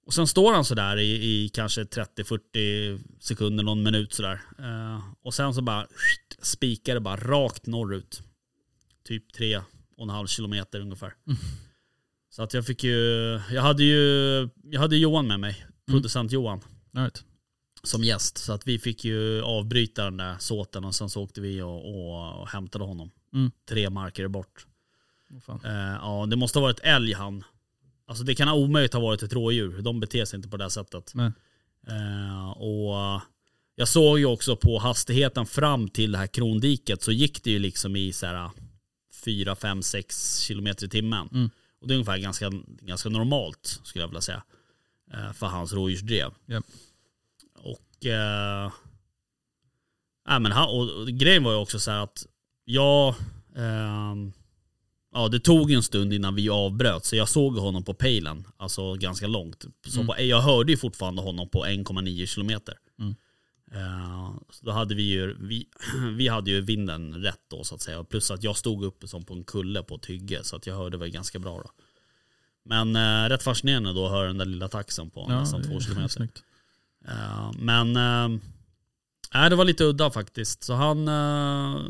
[SPEAKER 4] Och sen står han sådär i, i kanske 30-40 sekunder, någon minut sådär. Eh, och sen så bara skjt, spikar det bara rakt norrut. Typ tre och en halv kilometer ungefär. Så att jag fick ju, jag hade ju, jag hade Johan med mig, producent Johan,
[SPEAKER 5] All right.
[SPEAKER 4] som gäst. Så att vi fick ju avbryta den där såten och sen så åkte vi och, och, och hämtade honom.
[SPEAKER 5] Mm.
[SPEAKER 4] Tre marker bort.
[SPEAKER 5] Åh, fan.
[SPEAKER 4] Eh, ja, det måste ha varit älg han. Alltså det kan ha omöjligt ha varit ett rådjur. De beter sig inte på det här sättet.
[SPEAKER 5] Nej.
[SPEAKER 4] Eh, och jag såg ju också på hastigheten fram till det här krondiket så gick det ju liksom i så här 4, 5, 6 kilometer i timmen.
[SPEAKER 5] Mm.
[SPEAKER 4] Och det är ungefär ganska, ganska normalt skulle jag vilja säga. eh, För hans rådjursdrev.
[SPEAKER 5] Japp.
[SPEAKER 4] Och, eh, nej, men han, och, och grejen var ju också så här att jag, ehm, Ja, det tog ju en stund innan vi avbröt, så jag såg honom på pejlen, alltså ganska långt. Så
[SPEAKER 5] Mm.
[SPEAKER 4] på, jag hörde ju fortfarande honom på 1,9 kilometer.
[SPEAKER 5] Mm.
[SPEAKER 4] Eh, så då hade vi ju, vi, vi hade ju vinden rätt då så att säga. Plus att jag stod uppe som på en kulle på ett hygge, så att jag hörde väl ganska bra då. Men eh, rätt fascinerande då att höra den där lilla taxen på nästan
[SPEAKER 5] det
[SPEAKER 4] två
[SPEAKER 5] är
[SPEAKER 4] kilometer.
[SPEAKER 5] Snyggt.
[SPEAKER 4] Eh, men eh, nej, det var lite udda faktiskt. Så han... Eh,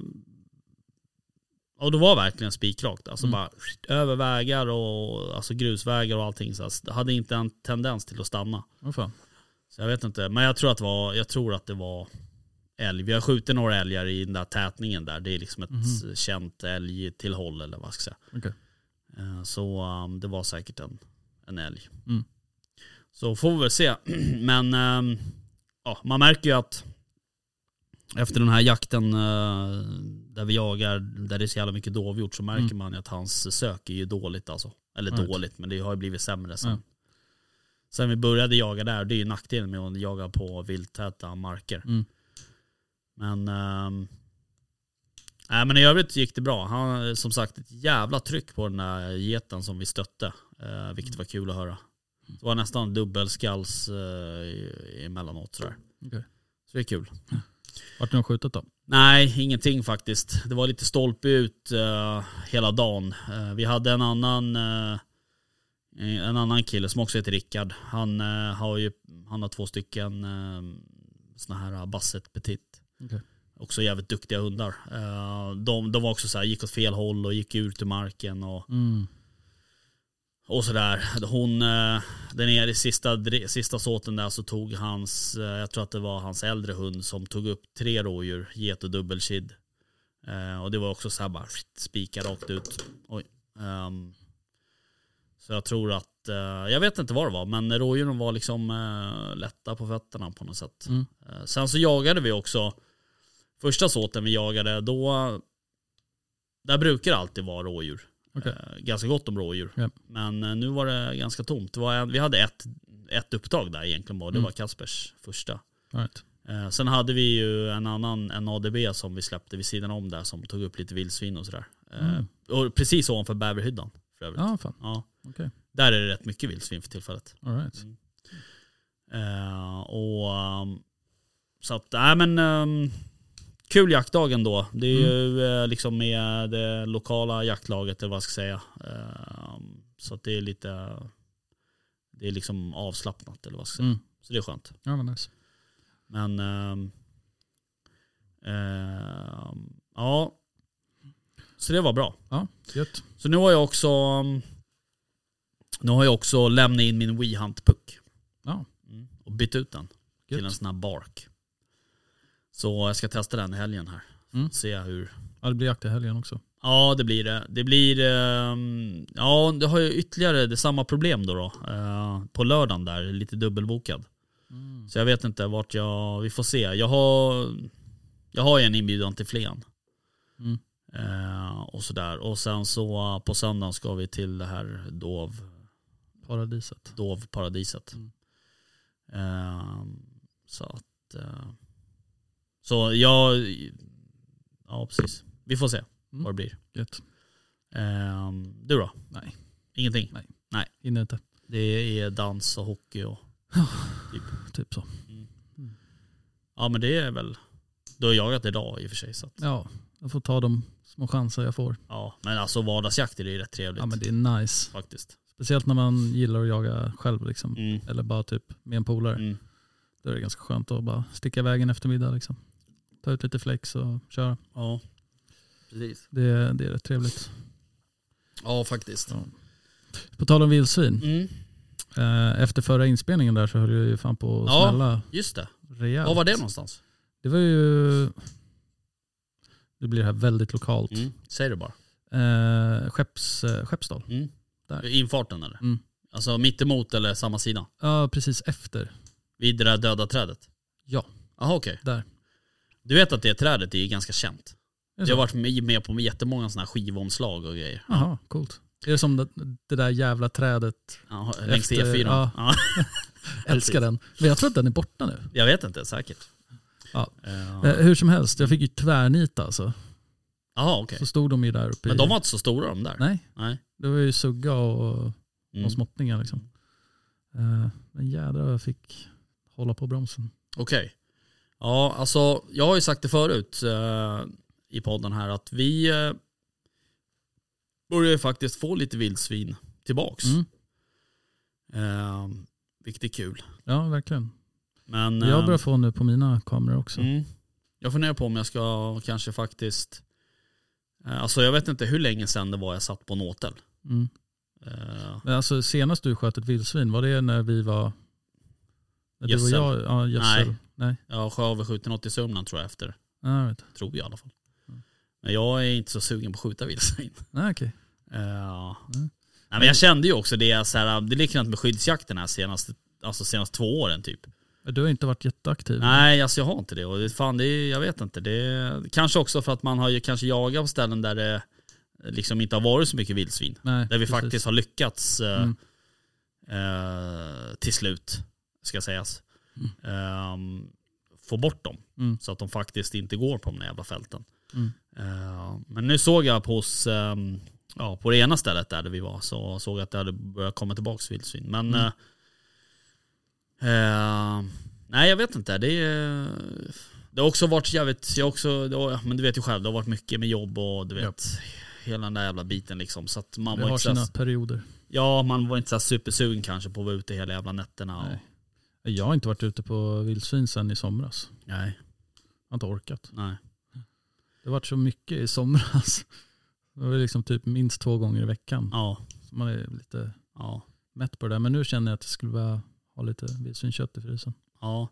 [SPEAKER 4] och det var verkligen spikrakt. Alltså
[SPEAKER 5] Mm.
[SPEAKER 4] bara över vägar och alltså grusvägar och allting. Så alltså, det hade inte en tendens till att stanna.
[SPEAKER 5] Åh, fan.
[SPEAKER 4] Så jag vet inte, men jag tror att det var, jag tror att det var älg. Vi har skjutit några älgar i den där tätningen där. Det är liksom ett
[SPEAKER 5] Mhm.
[SPEAKER 4] känt älgtillhåll eller vad ska jag säga.
[SPEAKER 5] Okej.
[SPEAKER 4] Eh, Så um, det var säkert en, en älg.
[SPEAKER 5] Mm.
[SPEAKER 4] Så får vi väl se. men ehm, ja, man märker ju att efter den här jakten eh, där vi jagar, där det är så jävla mycket dovhjort så märker
[SPEAKER 5] Mm.
[SPEAKER 4] man ju att hans sök är ju dåligt alltså. Eller
[SPEAKER 5] Right. Mm.
[SPEAKER 4] dåligt, men det har ju blivit sämre sen.
[SPEAKER 5] Ja.
[SPEAKER 4] Sen vi började jaga där, det är ju nackdelen med att jaga på vilttäta marker.
[SPEAKER 5] Mm.
[SPEAKER 4] Men, ehm, nej, men i övrigt gick det bra. Han som sagt ett jävla tryck på den där geten som vi stötte. Eh, vilket var kul att höra. Det var nästan dubbelskalls eh, emellanåt sådär.
[SPEAKER 5] Okej.
[SPEAKER 4] Så det är kul.
[SPEAKER 5] Vart är de skjutit då?
[SPEAKER 4] Nej, ingenting faktiskt. Det var lite stolpe ut eh, hela dagen. Eh, vi hade en annan, eh, en annan kille som också heter Rickard. Han, eh, har, ju, han har två stycken uh, såna här basset petit.
[SPEAKER 5] Okej.
[SPEAKER 4] Också jävligt duktiga hundar. Eh, de, de var också så här, gick åt fel håll och gick ut ur marken. Och,
[SPEAKER 5] Mm.
[SPEAKER 4] och sådär. Hon, eh, den är i sista, dre- sista såten där så tog hans, eh, jag tror att det var hans äldre hund som tog upp tre rådjur, get och dubbelkid. Eh, Och det var också så här bara skit, spika rakt ut. Oj. Ehm, Så jag tror att, eh, jag vet inte vad det var, men rådjuren var liksom eh, lätta på fötterna på något sätt.
[SPEAKER 5] Mm.
[SPEAKER 4] Eh, Sen så jagade vi också, första såten vi jagade, då, där brukar det alltid vara rådjur.
[SPEAKER 5] Okej.
[SPEAKER 4] Eh, Ganska gott om rådjur.
[SPEAKER 5] Ja.
[SPEAKER 4] Men eh, nu var det ganska tomt. Det var en, vi hade ett, ett upptag där egentligen bara. Det
[SPEAKER 5] Mm.
[SPEAKER 4] var Kaspers första.
[SPEAKER 5] All right.
[SPEAKER 4] Eh, sen hade vi ju en annan, en ADB som vi släppte vid sidan om där som tog upp lite vildsvin och sådär. Eh,
[SPEAKER 5] Mm.
[SPEAKER 4] och precis ovanför bäverhyddan för övrigt. Ja.
[SPEAKER 5] Ja, fan. Okej.
[SPEAKER 4] Där är det rätt mycket vildsvin för tillfället.
[SPEAKER 5] All right.
[SPEAKER 4] Eh, och ehm, så att, nej men ehm, kul jaktdag ändå. Det är ju eh, liksom med det lokala jaktlaget eller vad jag ska säga. Ehm, så att det är lite, det är liksom avslappnat eller vad jag ska säga.
[SPEAKER 5] Mm.
[SPEAKER 4] Så det är skönt.
[SPEAKER 5] Ja, men nice.
[SPEAKER 4] Men ehm, ehm, ja, så det var bra.
[SPEAKER 5] Gött.
[SPEAKER 4] Så nu har jag också, mm, nu har jag också lämnat in min WeHunt-puck.
[SPEAKER 5] Ja.
[SPEAKER 4] Mm, Och bytt ut den till en
[SPEAKER 5] Gött.
[SPEAKER 4] sån här bark. Så jag ska testa den i helgen här.
[SPEAKER 5] Mm.
[SPEAKER 4] Se hur...
[SPEAKER 5] Ja, det blir jakt i helgen också.
[SPEAKER 4] Ja det blir det. Det blir... ehm, ja det har ju ytterligare det samma problem då. då. Eh, på lördagen där, lite dubbelbokad.
[SPEAKER 5] Mm.
[SPEAKER 4] Så jag vet inte vart jag... Vi får se. Jag har, jag har ju en inbjudan till Flen.
[SPEAKER 5] Mm.
[SPEAKER 4] Eh, och sådär. Och sen så eh, på söndagen ska vi till det här Dov
[SPEAKER 5] Paradiset.
[SPEAKER 4] dovparadiset.
[SPEAKER 5] Mm.
[SPEAKER 4] Ehm, så att... eh, så jag... Ja, precis. Vi får se
[SPEAKER 5] Mm.
[SPEAKER 4] vad det blir.
[SPEAKER 5] Gött.
[SPEAKER 4] Ehm, du då?
[SPEAKER 5] Nej.
[SPEAKER 4] Ingenting?
[SPEAKER 5] Nej. Hinner inte.
[SPEAKER 4] Det är dans och hockey och...
[SPEAKER 5] Typ så.
[SPEAKER 4] Ja, men det är väl... Du har jagat idag i och för sig. Så att,
[SPEAKER 5] Ja, jag får ta de små chanser jag får.
[SPEAKER 4] ja. Men alltså vardagsjakter är ju rätt trevligt.
[SPEAKER 5] Ja, men det är nice.
[SPEAKER 4] Faktiskt.
[SPEAKER 5] Speciellt när man gillar att jaga själv liksom.
[SPEAKER 4] Mm.
[SPEAKER 5] Eller bara typ med en polare.
[SPEAKER 4] Mm.
[SPEAKER 5] Då är det ganska skönt att bara sticka iväg en eftermiddag liksom. Ta ut lite flex och köra.
[SPEAKER 4] Ja. Precis.
[SPEAKER 5] Det, det är rätt trevligt.
[SPEAKER 4] Ja, faktiskt.
[SPEAKER 5] På tal om vildsvin.
[SPEAKER 4] Mm.
[SPEAKER 5] Eh, efter förra inspelningen där så höll jag ju fan på att
[SPEAKER 4] Ja.
[SPEAKER 5] smälla
[SPEAKER 4] Just det.
[SPEAKER 5] rejält.
[SPEAKER 4] Var var det någonstans?
[SPEAKER 5] Det var ju... Det blir här väldigt lokalt.
[SPEAKER 4] Mm. Säg det bara.
[SPEAKER 5] Eh, Skepps, eh, Skeppsdal.
[SPEAKER 4] Mm.
[SPEAKER 5] Där.
[SPEAKER 4] Infarten eller?
[SPEAKER 5] Mm.
[SPEAKER 4] Alltså mitt emot eller samma sida?
[SPEAKER 5] Ja, precis efter.
[SPEAKER 4] Vid det där döda trädet?
[SPEAKER 5] Ja.
[SPEAKER 4] Jaha okej.
[SPEAKER 5] Där.
[SPEAKER 4] Du vet att det trädet är ganska känt?
[SPEAKER 5] Är det
[SPEAKER 4] Det har
[SPEAKER 5] så?
[SPEAKER 4] varit med med på jättemånga sådana här skivomslag och grejer.
[SPEAKER 5] Jaha, coolt. Är det som det, det där jävla trädet?
[SPEAKER 4] Ja, längs
[SPEAKER 5] Efter-
[SPEAKER 4] E4.
[SPEAKER 5] ja.
[SPEAKER 4] Ja,
[SPEAKER 5] Älskar den. Men jag tror att den är borta nu.
[SPEAKER 4] jag vet inte, säkert.
[SPEAKER 5] Ja. Eh,
[SPEAKER 4] Eh,
[SPEAKER 5] hur som helst, jag fick ju tvärnita alltså.
[SPEAKER 4] Jaha okej.
[SPEAKER 5] Så stod de ju där uppe
[SPEAKER 4] Men
[SPEAKER 5] i-
[SPEAKER 4] de var inte så stora de där?
[SPEAKER 5] Nej,
[SPEAKER 4] Nej.
[SPEAKER 5] det var ju sugga och, och
[SPEAKER 4] Mm.
[SPEAKER 5] småttingar liksom. Eh, men jädrar vad jag fick hålla på bromsen.
[SPEAKER 4] Okej. Ja, alltså jag har ju sagt det förut eh, i podden här att vi eh, börjar ju faktiskt få lite vildsvin tillbaks.
[SPEAKER 5] Mm.
[SPEAKER 4] Eh, vilket är kul.
[SPEAKER 5] Ja, verkligen.
[SPEAKER 4] Men,
[SPEAKER 5] Jag
[SPEAKER 4] eh,
[SPEAKER 5] börjar få nu på mina kameror också.
[SPEAKER 4] Mm. Jag funderar på om jag ska kanske faktiskt, eh, alltså jag vet inte hur länge sedan det var jag satt på en åtel.
[SPEAKER 5] Mm.
[SPEAKER 4] Eh,
[SPEAKER 5] Men Alltså senast du sköt ett vildsvin, var det när vi var Där Du och
[SPEAKER 4] Gödsel.
[SPEAKER 5] jag, ja, gödsel. Nej. Nej.
[SPEAKER 4] Ja, sjööverskjuten något i Sörmland tror jag efter.
[SPEAKER 5] Ja, jag vet.
[SPEAKER 4] Tror jag i alla fall. Men jag är inte så sugen på att skjuta vildsvin.
[SPEAKER 5] Nej, okej.
[SPEAKER 4] Ja. Nej, men jag kände ju också det, så här, det är likadant med skyddsjakten här senaste, alltså senaste två åren typ.
[SPEAKER 5] Du har inte varit jätteaktiv.
[SPEAKER 4] Nej, alltså jag har inte det. Och det, fan, det är, jag vet inte. Det, kanske också för att man har ju kanske jagat på ställen där det liksom inte har varit så mycket vildsvin.
[SPEAKER 5] Nej,
[SPEAKER 4] Där vi
[SPEAKER 5] precis.
[SPEAKER 4] faktiskt har lyckats eh,
[SPEAKER 5] Mm.
[SPEAKER 4] eh, till slut, ska sägas. Ehm, få bort dem.
[SPEAKER 5] Mm.
[SPEAKER 4] Så att de faktiskt inte går på de där jävla fälten.
[SPEAKER 5] Mm.
[SPEAKER 4] Eh, men nu såg jag på, hos, ehm, ja, på det ena stället där vi var, så såg jag att det hade börjat komma tillbaka vildsvin. Men
[SPEAKER 5] Mm.
[SPEAKER 4] eh, eh, nej jag vet inte. Det, är- det har också varit jävligt, jag har också, det har, men du vet ju själv, det har varit mycket med jobb och du vet. Hela den där jävla biten liksom. Så att man
[SPEAKER 5] Det
[SPEAKER 4] var
[SPEAKER 5] har
[SPEAKER 4] inte så här-
[SPEAKER 5] sina perioder.
[SPEAKER 4] Ja, man var inte så här supersugen kanske på att vara ute hela jävla nätterna. Nej.
[SPEAKER 5] Nej. Jag har inte varit ute på vildsvin sedan i somras.
[SPEAKER 4] Nej.
[SPEAKER 5] Jag har inte orkat.
[SPEAKER 4] Nej.
[SPEAKER 5] Det har varit så mycket i somras. Det var liksom typ minst två gånger i veckan.
[SPEAKER 4] Ja.
[SPEAKER 5] Så man är lite
[SPEAKER 4] Ja.
[SPEAKER 5] mätt på det där. Men nu känner jag att jag skulle behöva ha lite vildsvinskött i frysen.
[SPEAKER 4] Ja.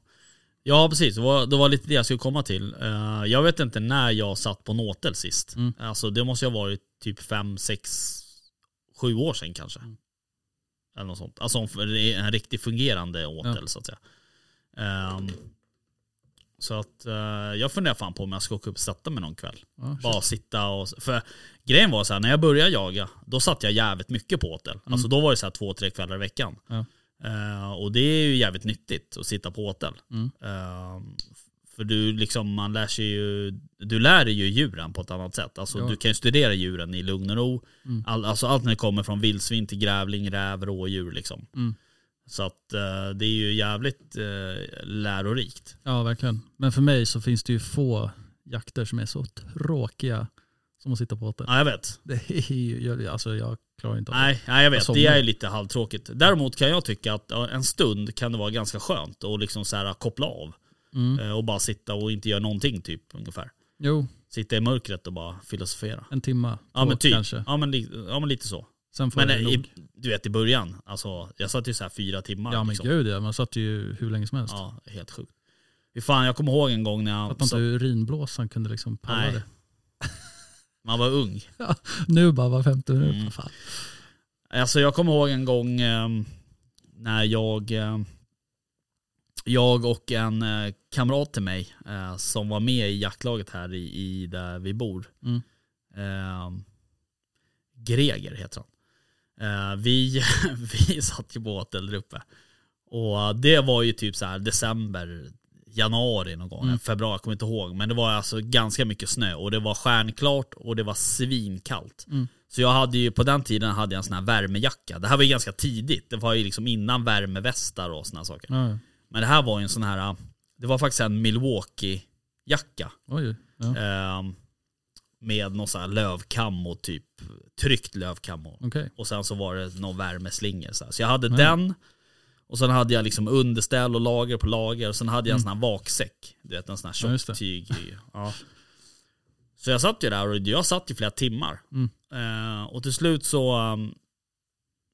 [SPEAKER 4] Ja precis, det var, det var lite det jag skulle komma till. Eh, jag vet inte när jag satt på en åtel sist.
[SPEAKER 5] Mm.
[SPEAKER 4] Alltså det måste ju ha varit typ fem, sex, sju år sedan kanske. Eller något sånt. Alltså en, en riktigt fungerande åtel så att säga. Ehm, så att eh, jag funderar fan på om jag ska åka upp och sätta mig någon kväll.
[SPEAKER 5] Ja, shit.
[SPEAKER 4] Bara sitta och... För grejen var så här, när jag började jaga, då satt jag jävligt mycket på åtel. Alltså då var det så här två, tre kvällar i veckan.
[SPEAKER 5] Mm. Ja.
[SPEAKER 4] Eh, och det är ju jävligt nyttigt att sitta på åtel.
[SPEAKER 5] Mm.
[SPEAKER 4] Eh, för du liksom, man lär sig ju, du lär dig ju djuren på ett annat sätt. Alltså
[SPEAKER 5] Ja. Mm.
[SPEAKER 4] du kan ju studera djuren i lugn och ro. All, alltså allt när det kommer från vildsvin till grävling, räv, rådjur liksom.
[SPEAKER 5] Mm.
[SPEAKER 4] Så att eh, det är ju jävligt eh, lärorikt.
[SPEAKER 5] Ja, verkligen. Men för mig så finns det ju få jakter som är så tråkiga som att sitta på åtel.
[SPEAKER 4] Ja jag vet.
[SPEAKER 5] Det är ju, jag, alltså jag klarar inte av Alltså,
[SPEAKER 4] Nej,
[SPEAKER 5] det.
[SPEAKER 4] nej jag
[SPEAKER 5] Jag
[SPEAKER 4] vet.
[SPEAKER 5] somnar.
[SPEAKER 4] Det är ju lite halvtråkigt. Däremot kan jag tycka att ja, en stund kan det vara ganska skönt att liksom så här koppla av.
[SPEAKER 5] Mm.
[SPEAKER 4] eh, Och bara sitta och inte göra någonting typ ungefär.
[SPEAKER 5] Jo,
[SPEAKER 4] Sitta i mörkret och bara filosofera.
[SPEAKER 5] en timma.
[SPEAKER 4] Ja men
[SPEAKER 5] två
[SPEAKER 4] typ.
[SPEAKER 5] kanske.
[SPEAKER 4] Ja men, li- ja men lite så.
[SPEAKER 5] Sen får
[SPEAKER 4] Men
[SPEAKER 5] jag det
[SPEAKER 4] eh,
[SPEAKER 5] nog.
[SPEAKER 4] i, du vet i början, alltså jag satt ju så här fyra timmar.
[SPEAKER 5] Ja men
[SPEAKER 4] liksom.
[SPEAKER 5] gud ja, man satt ju hur länge som helst.
[SPEAKER 4] Ja, helt sjukt. Fy Fan jag kommer ihåg en gång när
[SPEAKER 5] Att
[SPEAKER 4] jag,
[SPEAKER 5] man inte
[SPEAKER 4] satt,
[SPEAKER 5] urinblåsan kunde liksom palla
[SPEAKER 4] Nej.
[SPEAKER 5] det.
[SPEAKER 4] man var ung.
[SPEAKER 5] Nu bara var femte minut.
[SPEAKER 4] Mm.
[SPEAKER 5] Fan.
[SPEAKER 4] Alltså jag kommer ihåg en gång ehm, när jag, ehm, jag och en eh, kamrat till mig eh, som var med i jaktlaget här i, i där vi bor.
[SPEAKER 5] Mm.
[SPEAKER 4] Ehm, Greger heter han. Eh, vi, vi satt ju på åtel där uppe. Och det var ju typ så här december, januari någon gång,
[SPEAKER 5] Mm.
[SPEAKER 4] februari, jag kommer inte ihåg. Men det var alltså ganska mycket snö och det var stjärnklart och det var svinkallt.
[SPEAKER 5] Mm.
[SPEAKER 4] Så jag hade ju, på den tiden hade jag en sån här värmejacka. Det här var ju ganska tidigt, det var ju liksom innan värmevästar och såna saker.
[SPEAKER 5] Ja, ja.
[SPEAKER 4] Men det här var ju en sån här, äh, det var faktiskt en Milwaukee-jacka.
[SPEAKER 5] Oj. Ja.
[SPEAKER 4] ehm, med någon sån här lövkam och typ tryckt lövkam och
[SPEAKER 5] Okej.
[SPEAKER 4] och sen så var det någon värmeslingor. Så, här. så jag hade den. Och sen hade jag liksom underställ och lager på lager. Och sen hade jag en sån här vaksäck. Du vet en sån här
[SPEAKER 5] Mm. Ja, just det.
[SPEAKER 4] tjockt tyg. i- Ja. Så jag satt ju där och jag satt i flera timmar.
[SPEAKER 5] Mm.
[SPEAKER 4] Eh, och till slut så um,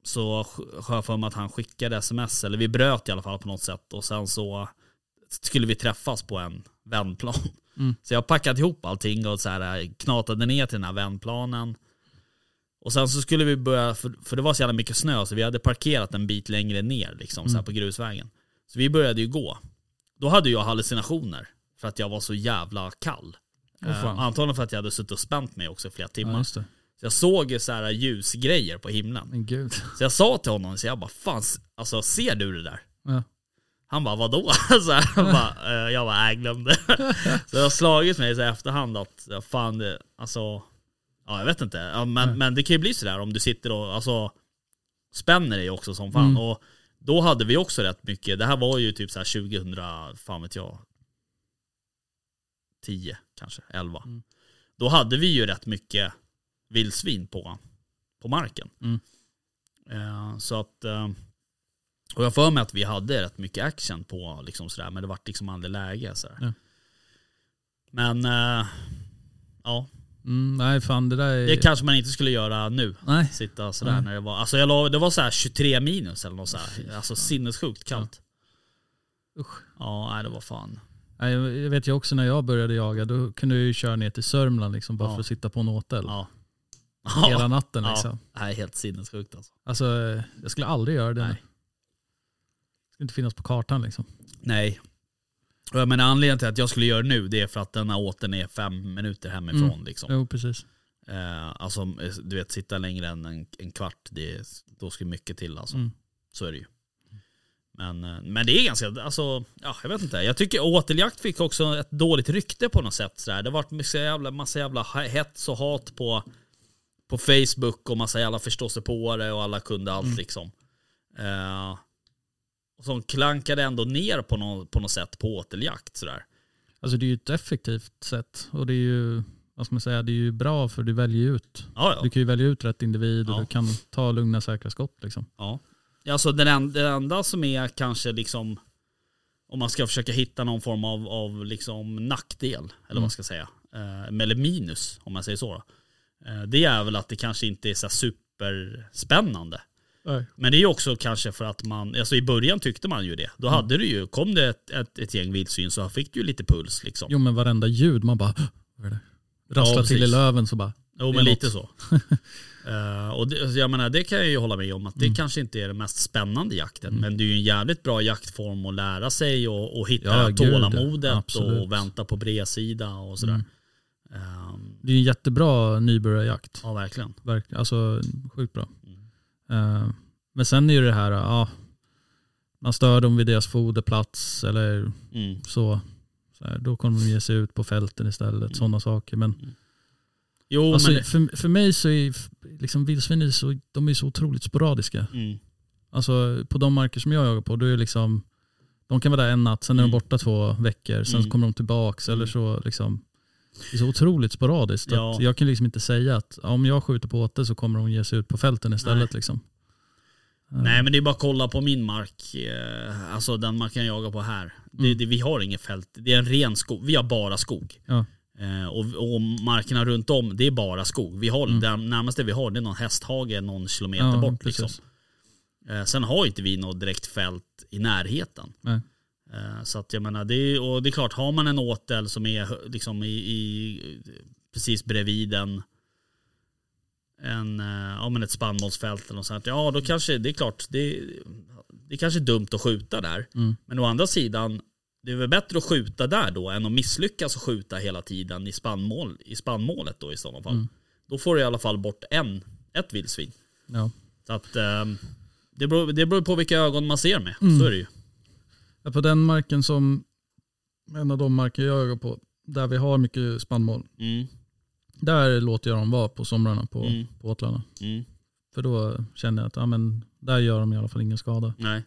[SPEAKER 4] så sk- har jag för mig att han skickade sms. Eller vi bröt i alla fall på något sätt. Och sen så skulle vi träffas på en vändplan.
[SPEAKER 5] Mm.
[SPEAKER 4] Så jag packade ihop allting och så här knatade ner till den här vändplanen. Och sen så skulle vi börja, för, för det var så jävla mycket snö så vi hade parkerat en bit längre ner liksom
[SPEAKER 5] Mm.
[SPEAKER 4] så här på grusvägen. Så vi började ju gå. Då hade jag hallucinationer för att jag var så jävla kall.
[SPEAKER 5] Åh, fan.
[SPEAKER 4] Eh, antagligen för att jag hade suttit och spänt mig också i flera
[SPEAKER 5] Ja,
[SPEAKER 4] timmar.
[SPEAKER 5] just det.
[SPEAKER 4] så jag såg ju så här ljusgrejer på himlen.
[SPEAKER 5] Men gud.
[SPEAKER 4] Så jag sa till honom, så jag bara, fan s- alltså ser du det där?
[SPEAKER 5] Ja.
[SPEAKER 4] Han bara, vadå? Så här, han bara, eh, jag bara, jag glömde. Så det har slagit mig så här i efterhand att, ja, fan det, alltså, ja jag vet inte. Ja,
[SPEAKER 5] Mm.
[SPEAKER 4] men, men det kan ju bli sådär om du sitter och, alltså, spänner dig också som fan.
[SPEAKER 5] Mm.
[SPEAKER 4] Och då hade vi också rätt mycket, det här var ju typ så här 2000, fan vet jag, 10 kanske, 11.
[SPEAKER 5] Mm.
[SPEAKER 4] Då hade vi ju rätt mycket vildsvin på, på marken.
[SPEAKER 5] Mm.
[SPEAKER 4] Eh, så att, eh, och jag har för mig att vi hade rätt mycket action på liksom sådär, men det vart liksom aldrig läge sådär.
[SPEAKER 5] Ja.
[SPEAKER 4] Men eh, ja,
[SPEAKER 5] Mm, nej fan det Mm. där är...
[SPEAKER 4] det kanske man inte skulle göra nu.
[SPEAKER 5] Nej.
[SPEAKER 4] Sitta sådär
[SPEAKER 5] Nej.
[SPEAKER 4] när det var, alltså jag la, det var såhär 23 minus eller något sådär. Alltså sinnessjukt kallt.
[SPEAKER 5] Usch.
[SPEAKER 4] Ja, nej, det var fan.
[SPEAKER 5] Nej, Jag jag vet ju också när jag började jaga, då kunde jag ju köra ner till Sörmland liksom, bara
[SPEAKER 4] Ja.
[SPEAKER 5] för att sitta på en åtel
[SPEAKER 4] Ja.
[SPEAKER 5] hela natten.
[SPEAKER 4] Ja.
[SPEAKER 5] Liksom.
[SPEAKER 4] Nej, helt sinnessjukt alltså.
[SPEAKER 5] Alltså, eh, jag skulle aldrig göra det.
[SPEAKER 4] Nej.
[SPEAKER 5] nu. Det skulle inte finnas på kartan liksom.
[SPEAKER 4] Nej. Och jag menar anledningen till att jag skulle göra det nu, det är för att den här återn är fem minuter hemifrån.
[SPEAKER 5] Mm.
[SPEAKER 4] Liksom.
[SPEAKER 5] Jo, precis.
[SPEAKER 4] Eh, alltså du vet, sitta längre än en, en kvart, det, är- då ska mycket till alltså.
[SPEAKER 5] Mm.
[SPEAKER 4] Så är det ju. Men, eh, men det är ganska, alltså, ja, jag vet inte. Jag tycker åteljakt fick också ett dåligt rykte på något sätt. Sådär. Det har varit massa jävla, massa jävla he- hets och hat på, på Facebook och massa jävla förståsigpåare och alla kunde allt liksom. Eh, och som klankade ändå ner på, någon, på något sätt på åteljakt sådär.
[SPEAKER 5] Alltså det är ju ett effektivt sätt och det är ju, vad ska man säga, det är ju bra för du väljer ju ut.
[SPEAKER 4] Ja, ja.
[SPEAKER 5] Du kan ju välja ut rätt individ och
[SPEAKER 4] Ja.
[SPEAKER 5] du kan ta lugna säkra skott liksom.
[SPEAKER 4] Ja. Alltså den enda, den enda som är kanske liksom, om man ska försöka hitta någon form av, av liksom nackdel, eller vad man ska säga, eh, eller minus om man säger så. Då. Eh, det är väl att det kanske inte är så här superspännande.
[SPEAKER 5] Nej.
[SPEAKER 4] Men det är ju också kanske för att man, alltså i början tyckte man ju det. Då hade du ju, kom det ett, ett, ett gäng vildsvin så fick du ju lite puls liksom.
[SPEAKER 5] Jo men varenda ljud, man bara, "Hå! vad är det? Rasslar
[SPEAKER 4] Ja,
[SPEAKER 5] till i
[SPEAKER 4] precis.
[SPEAKER 5] löven så bara,
[SPEAKER 4] Jo
[SPEAKER 5] Det
[SPEAKER 4] men
[SPEAKER 5] är
[SPEAKER 4] lite så. Eh, och det, alltså, jag menar det kan jag ju hålla med om att
[SPEAKER 5] Mm.
[SPEAKER 4] det kanske inte är den mest spännande jakten. Men det är ju en jävligt bra jaktform att lära sig och, och hitta
[SPEAKER 5] Ja,
[SPEAKER 4] det här
[SPEAKER 5] gud,
[SPEAKER 4] tålamodet
[SPEAKER 5] absolut.
[SPEAKER 4] och vänta på bredsida och sådär. Ehm,
[SPEAKER 5] mm. det är ju en jättebra nybörjarjakt.
[SPEAKER 4] ja Mm. verkligen.
[SPEAKER 5] Verkligen. Alltså sjukt bra. Eh, men sen är ju det här, ja, man stör dem vid deras foderplats eller
[SPEAKER 4] Mm.
[SPEAKER 5] så. så här, då kommer de ge sig ut på fälten istället, sådana saker. Men,
[SPEAKER 4] Jo
[SPEAKER 5] alltså,
[SPEAKER 4] Mm. men...
[SPEAKER 5] för, för mig så är f- liksom, vildsvin är så, de är så otroligt sporadiska.
[SPEAKER 4] Mm,
[SPEAKER 5] Alltså på de marker som jag jagar på, då är det liksom, de kan vara där en natt, sen är de borta två veckor, sen så
[SPEAKER 4] Mm.
[SPEAKER 5] kommer de tillbaks eller så liksom. Det är så otroligt sporadiskt.
[SPEAKER 4] Ja.
[SPEAKER 5] Att jag kan liksom inte säga att ja, om jag skjuter på åter så kommer de ge sig ut på fälten istället. Liksom.
[SPEAKER 4] Nej men det är bara att kolla på min mark, eh, alltså den marken jag jagar på här. Det,
[SPEAKER 5] Mm.
[SPEAKER 4] det, vi har inget fält, det är en ren skog, vi har bara skog.
[SPEAKER 5] Ja.
[SPEAKER 4] Eh, och, och markerna runt om, det är bara skog. Vi har, Det närmaste vi har det är någon hästhage någon kilometer
[SPEAKER 5] Mm. Ja,
[SPEAKER 4] bort.
[SPEAKER 5] precis.
[SPEAKER 4] Liksom. Eh, sen har inte vi något direkt fält i närheten.
[SPEAKER 5] Nej.
[SPEAKER 4] Eh, så att jag menar, det är, och det är klart, har man en åtel som är hö- liksom i, i, precis bredvid en, en, eh, ja, men ett spannmålsfält eller något sånt, ja då kanske, det är klart, det, det kanske är dumt att skjuta där.
[SPEAKER 5] Mm.
[SPEAKER 4] Men å andra sidan, det är väl bättre att skjuta där då än att misslyckas och skjuta hela tiden i, spannmål, i spannmålet då i sådana fall. Då får du i alla fall bort en, ett vildsvin.
[SPEAKER 5] Ja.
[SPEAKER 4] Så att ehm, det beror, det beror på vilka ögon man ser med. Så är det ju.
[SPEAKER 5] Ja, På den marken som, en av de marker jag jagar på, där vi har mycket spannmål,
[SPEAKER 4] Mm,
[SPEAKER 5] där låter jag dem vara på somrarna på,
[SPEAKER 4] Mm.
[SPEAKER 5] på åtlarna.
[SPEAKER 4] mm,
[SPEAKER 5] För då känner jag att ja, men, där gör de i alla fall ingen skada.
[SPEAKER 4] nej.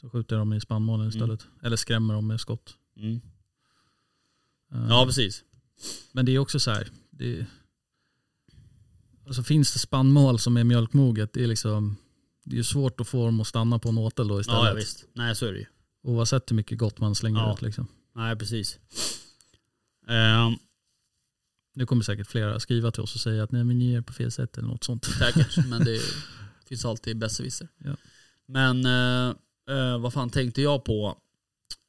[SPEAKER 5] Så skjuter jag dem i spannmålen istället. Eller skrämmer dem med skott.
[SPEAKER 4] Mm.
[SPEAKER 5] Eh,
[SPEAKER 4] Ja, precis.
[SPEAKER 5] Men det är också så här, det, alltså finns det spannmål som är mjölkmoget, det är liksom det är ju svårt att få dem att stanna på en åtel då istället.
[SPEAKER 4] Ja, ja, visst. Nej, så är det ju.
[SPEAKER 5] Oavsett hur mycket gott man slänger
[SPEAKER 4] Ja.
[SPEAKER 5] ut. Liksom.
[SPEAKER 4] Nej, precis. Ehm,
[SPEAKER 5] Nu kommer säkert flera skriva till oss och säga att nej men ni är på fel sätt eller något sånt.
[SPEAKER 6] Säkert, men det är- finns alltid besserwisser.
[SPEAKER 5] Ja.
[SPEAKER 4] men eh, eh, vad fan tänkte jag på?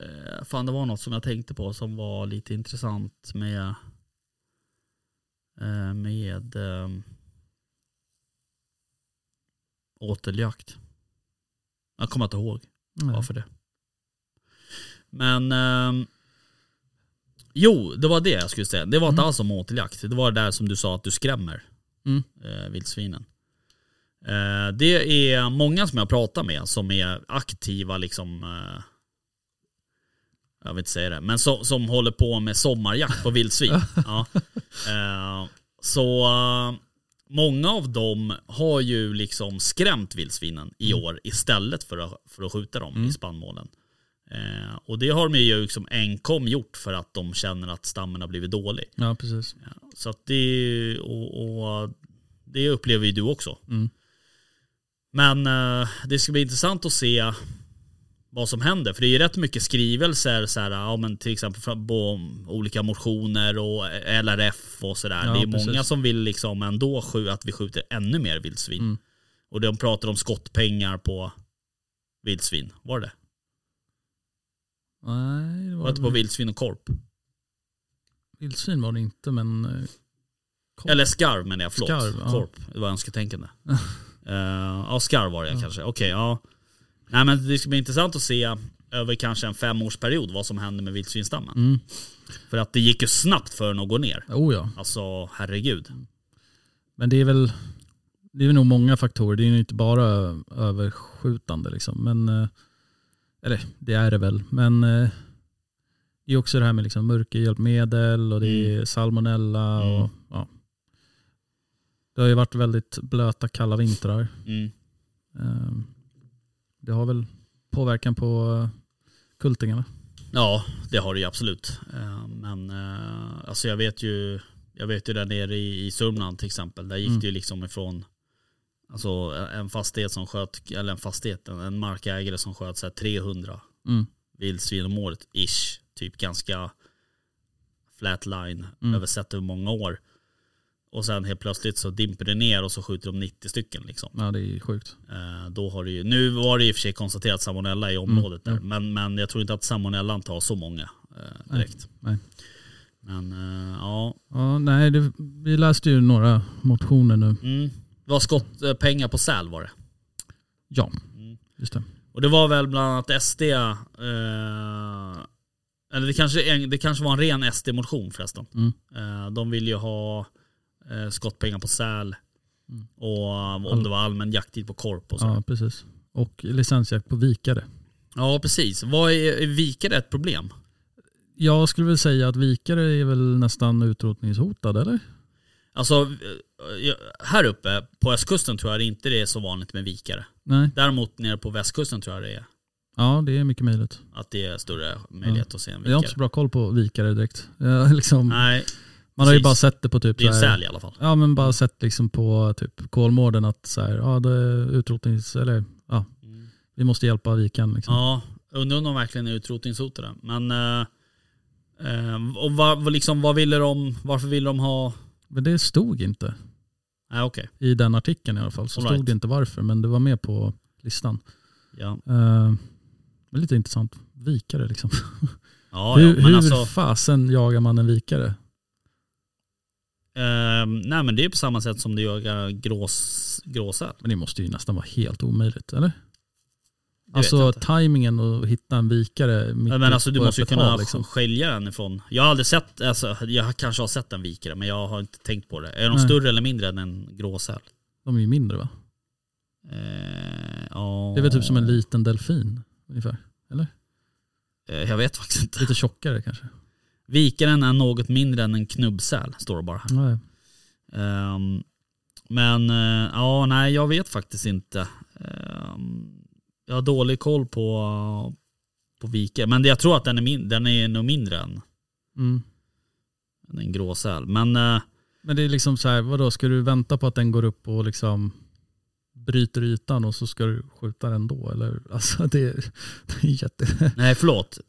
[SPEAKER 4] Eh, fan, det var något som jag tänkte på som var lite intressant med eh, med ehm, åteljakt. Jag kommer inte ihåg.
[SPEAKER 5] Nej.
[SPEAKER 4] Varför det? Men... ehm, jo, det var det jag skulle säga. Det var inte alls om åteljakt. Det var det där som du sa att du skrämmer
[SPEAKER 5] Mm.
[SPEAKER 4] eh, vildsvinen. Eh, det är många som jag pratar med som är aktiva liksom... Eh, jag vill inte säga det, men som, som håller på med sommarjakt på vildsvin. ja. eh, så eh, många av dem har ju liksom skrämt vildsvinen i år istället för att, för att skjuta dem i spannmålen. Eh, och det har de ju liksom enkom gjort för att de känner att stammen har blivit dålig.
[SPEAKER 5] Ja precis.
[SPEAKER 4] Så att det, är- och, och det upplever ju du också.
[SPEAKER 5] Mm.
[SPEAKER 4] Men eh, det ska bli intressant att se vad som händer. För det är ju rätt mycket skrivelser, så här, ja, men till exempel från- på olika motioner och LRF och sådär.
[SPEAKER 5] Ja,
[SPEAKER 4] det är
[SPEAKER 5] precis.
[SPEAKER 4] många som vill liksom ändå skj- att vi skjuter ännu mer vildsvin.
[SPEAKER 5] Mm.
[SPEAKER 4] Och de pratar om skottpengar på vildsvin. Var det
[SPEAKER 5] Nej, det var,
[SPEAKER 4] Var det inte på vildsvin och korp?
[SPEAKER 5] vildsvin var det inte men... eh, Korp.
[SPEAKER 4] Eller skarv menar jag, förlåt.
[SPEAKER 5] Skarv, ja.
[SPEAKER 4] Korp, det var önsketänkande. uh, ja, skarv var det kanske. Okej, ja. Nej men det ska bli intressant att se över kanske en femårsperiod vad som händer med vildsvinsstammen.
[SPEAKER 5] Mm.
[SPEAKER 4] För att det gick ju snabbt för den att gå ner.
[SPEAKER 5] Oh ja.
[SPEAKER 4] Alltså herregud.
[SPEAKER 5] Men det är väl det är väl nog många faktorer. Det är ju inte bara ö- överskjutande liksom. Men, eh, eller det är det väl. Men eh, det är också det här med liksom mörkerhjälpmedel och det
[SPEAKER 4] Mm.
[SPEAKER 5] är salmonella. Och, ja. Det har ju varit väldigt blöta kalla vintrar.
[SPEAKER 4] Mm.
[SPEAKER 5] Eh, Det har väl påverkan på eh, kultingarna.
[SPEAKER 4] Ja, det har det ju absolut. Eh, Men eh, alltså jag vet ju, jag vet ju där nere i, i Sörmland till exempel, där gick det ju liksom ifrån alltså en fastighet som sköt, eller en fastighet, en, en markägare som sköt så här 300
[SPEAKER 5] Mm.
[SPEAKER 4] vildsvin om året, ish. Typ ganska flatline
[SPEAKER 5] Mm.
[SPEAKER 4] över sett över många år. Och sen helt plötsligt så dimper det ner och så skjuter de 90 stycken liksom.
[SPEAKER 5] Ja, det är sjukt.
[SPEAKER 4] Eh, Då har det ju, nu var det i och för sig konstaterat salmonella i
[SPEAKER 5] Mm,
[SPEAKER 4] området där, men, men jag tror inte att salmonellan tar så många eh, direkt.
[SPEAKER 5] Nej.
[SPEAKER 4] Men eh, ja,
[SPEAKER 5] Ja, nej, det, vi läste ju några motioner nu.
[SPEAKER 4] mm. det var skottpengar på säl var det. Mm.
[SPEAKER 5] Ja, just det.
[SPEAKER 4] Och det var väl bland annat SD, eh, eller det kanske, är en- det kanske var en ren SD-motion förresten.
[SPEAKER 5] Mm.
[SPEAKER 4] Eh, de vill ju ha eh, skottpengar på säl
[SPEAKER 5] Mm.
[SPEAKER 4] och eh, om
[SPEAKER 5] All-
[SPEAKER 4] det var allmän jakttid på korp och så.
[SPEAKER 5] Ja, precis. Och licensjakt på vikare.
[SPEAKER 4] Ja precis, vad är, är vikare ett problem?
[SPEAKER 5] Jag skulle väl säga att vikare är väl nästan utrotningshotad eller?
[SPEAKER 4] Alltså eh, här uppe på östkusten tror jag inte det är så vanligt med vikare.
[SPEAKER 5] Nej,
[SPEAKER 4] Däremot nere på västkusten tror jag det är
[SPEAKER 5] ja det är mycket möjligt.
[SPEAKER 4] att det är större möjlighet att se en
[SPEAKER 5] Jag har inte
[SPEAKER 4] vikare.
[SPEAKER 5] så bra koll på vikare direkt. Jag, liksom,
[SPEAKER 4] Nej,
[SPEAKER 5] man har ju
[SPEAKER 4] precis.
[SPEAKER 5] bara sett det på typ
[SPEAKER 4] det är en
[SPEAKER 5] så här-
[SPEAKER 4] säl i alla fall.
[SPEAKER 5] Ja men bara sett liksom på typ Kolmården att så här, ja det är utrotnings, eller ja, vi måste hjälpa vikan liksom.
[SPEAKER 4] Mm. Ja, undrar om de verkligen är utrotningshotade. Men eh, eh, och vad, vad liksom, vad ville de, varför ville de ha?
[SPEAKER 5] Men det stod inte
[SPEAKER 4] Nej okej,
[SPEAKER 5] i den artikeln i alla fall. Så
[SPEAKER 4] All right.
[SPEAKER 5] stod det inte varför men det var med på listan.
[SPEAKER 4] ja. Eh,
[SPEAKER 5] Uh, lite intressant. Vikare liksom.
[SPEAKER 4] Ja,
[SPEAKER 5] hur
[SPEAKER 4] ja. Men
[SPEAKER 5] hur
[SPEAKER 4] alltså,
[SPEAKER 5] fasen jagar man en vikare?
[SPEAKER 4] eh, nej men det är på samma sätt som du gör grås, gråsäl.
[SPEAKER 5] Men det måste ju nästan vara helt omöjligt, eller?
[SPEAKER 4] Det vet jag
[SPEAKER 5] Alltså
[SPEAKER 4] inte.
[SPEAKER 5] tajmingen och hitta en vikare mitt
[SPEAKER 4] Ja, Men alltså du
[SPEAKER 5] på
[SPEAKER 4] måste ju
[SPEAKER 5] öppet
[SPEAKER 4] kunna
[SPEAKER 5] hav, liksom.
[SPEAKER 4] skilja den ifrån. Jag har aldrig sett, alltså, jag kanske har sett en vikare men jag har inte tänkt på det. Är de
[SPEAKER 5] Nej.
[SPEAKER 4] större eller mindre än en gråsäl?
[SPEAKER 5] De är ju mindre va?
[SPEAKER 4] Eh, ja.
[SPEAKER 5] Det är väl typ som en liten delfin ungefär.
[SPEAKER 4] Eh, Jag vet faktiskt inte.
[SPEAKER 5] Lite tjockare kanske.
[SPEAKER 4] Vikaren är något mindre än en knubbsäl, står det bara här.
[SPEAKER 5] Nej.
[SPEAKER 4] Ehm, men eh, ja, nej jag vet faktiskt inte. Ehm, jag har dålig koll på, på vikare. Men jag tror att den är, min, den är nog mindre än,
[SPEAKER 5] Mm.
[SPEAKER 4] än en gråsäl. Men eh,
[SPEAKER 5] Men det är liksom så här, vadå, ska du vänta på att den går upp och liksom bryter ytan och så ska du skjuta den då? Eller? Alltså det är, det är jätte...
[SPEAKER 4] nej förlåt.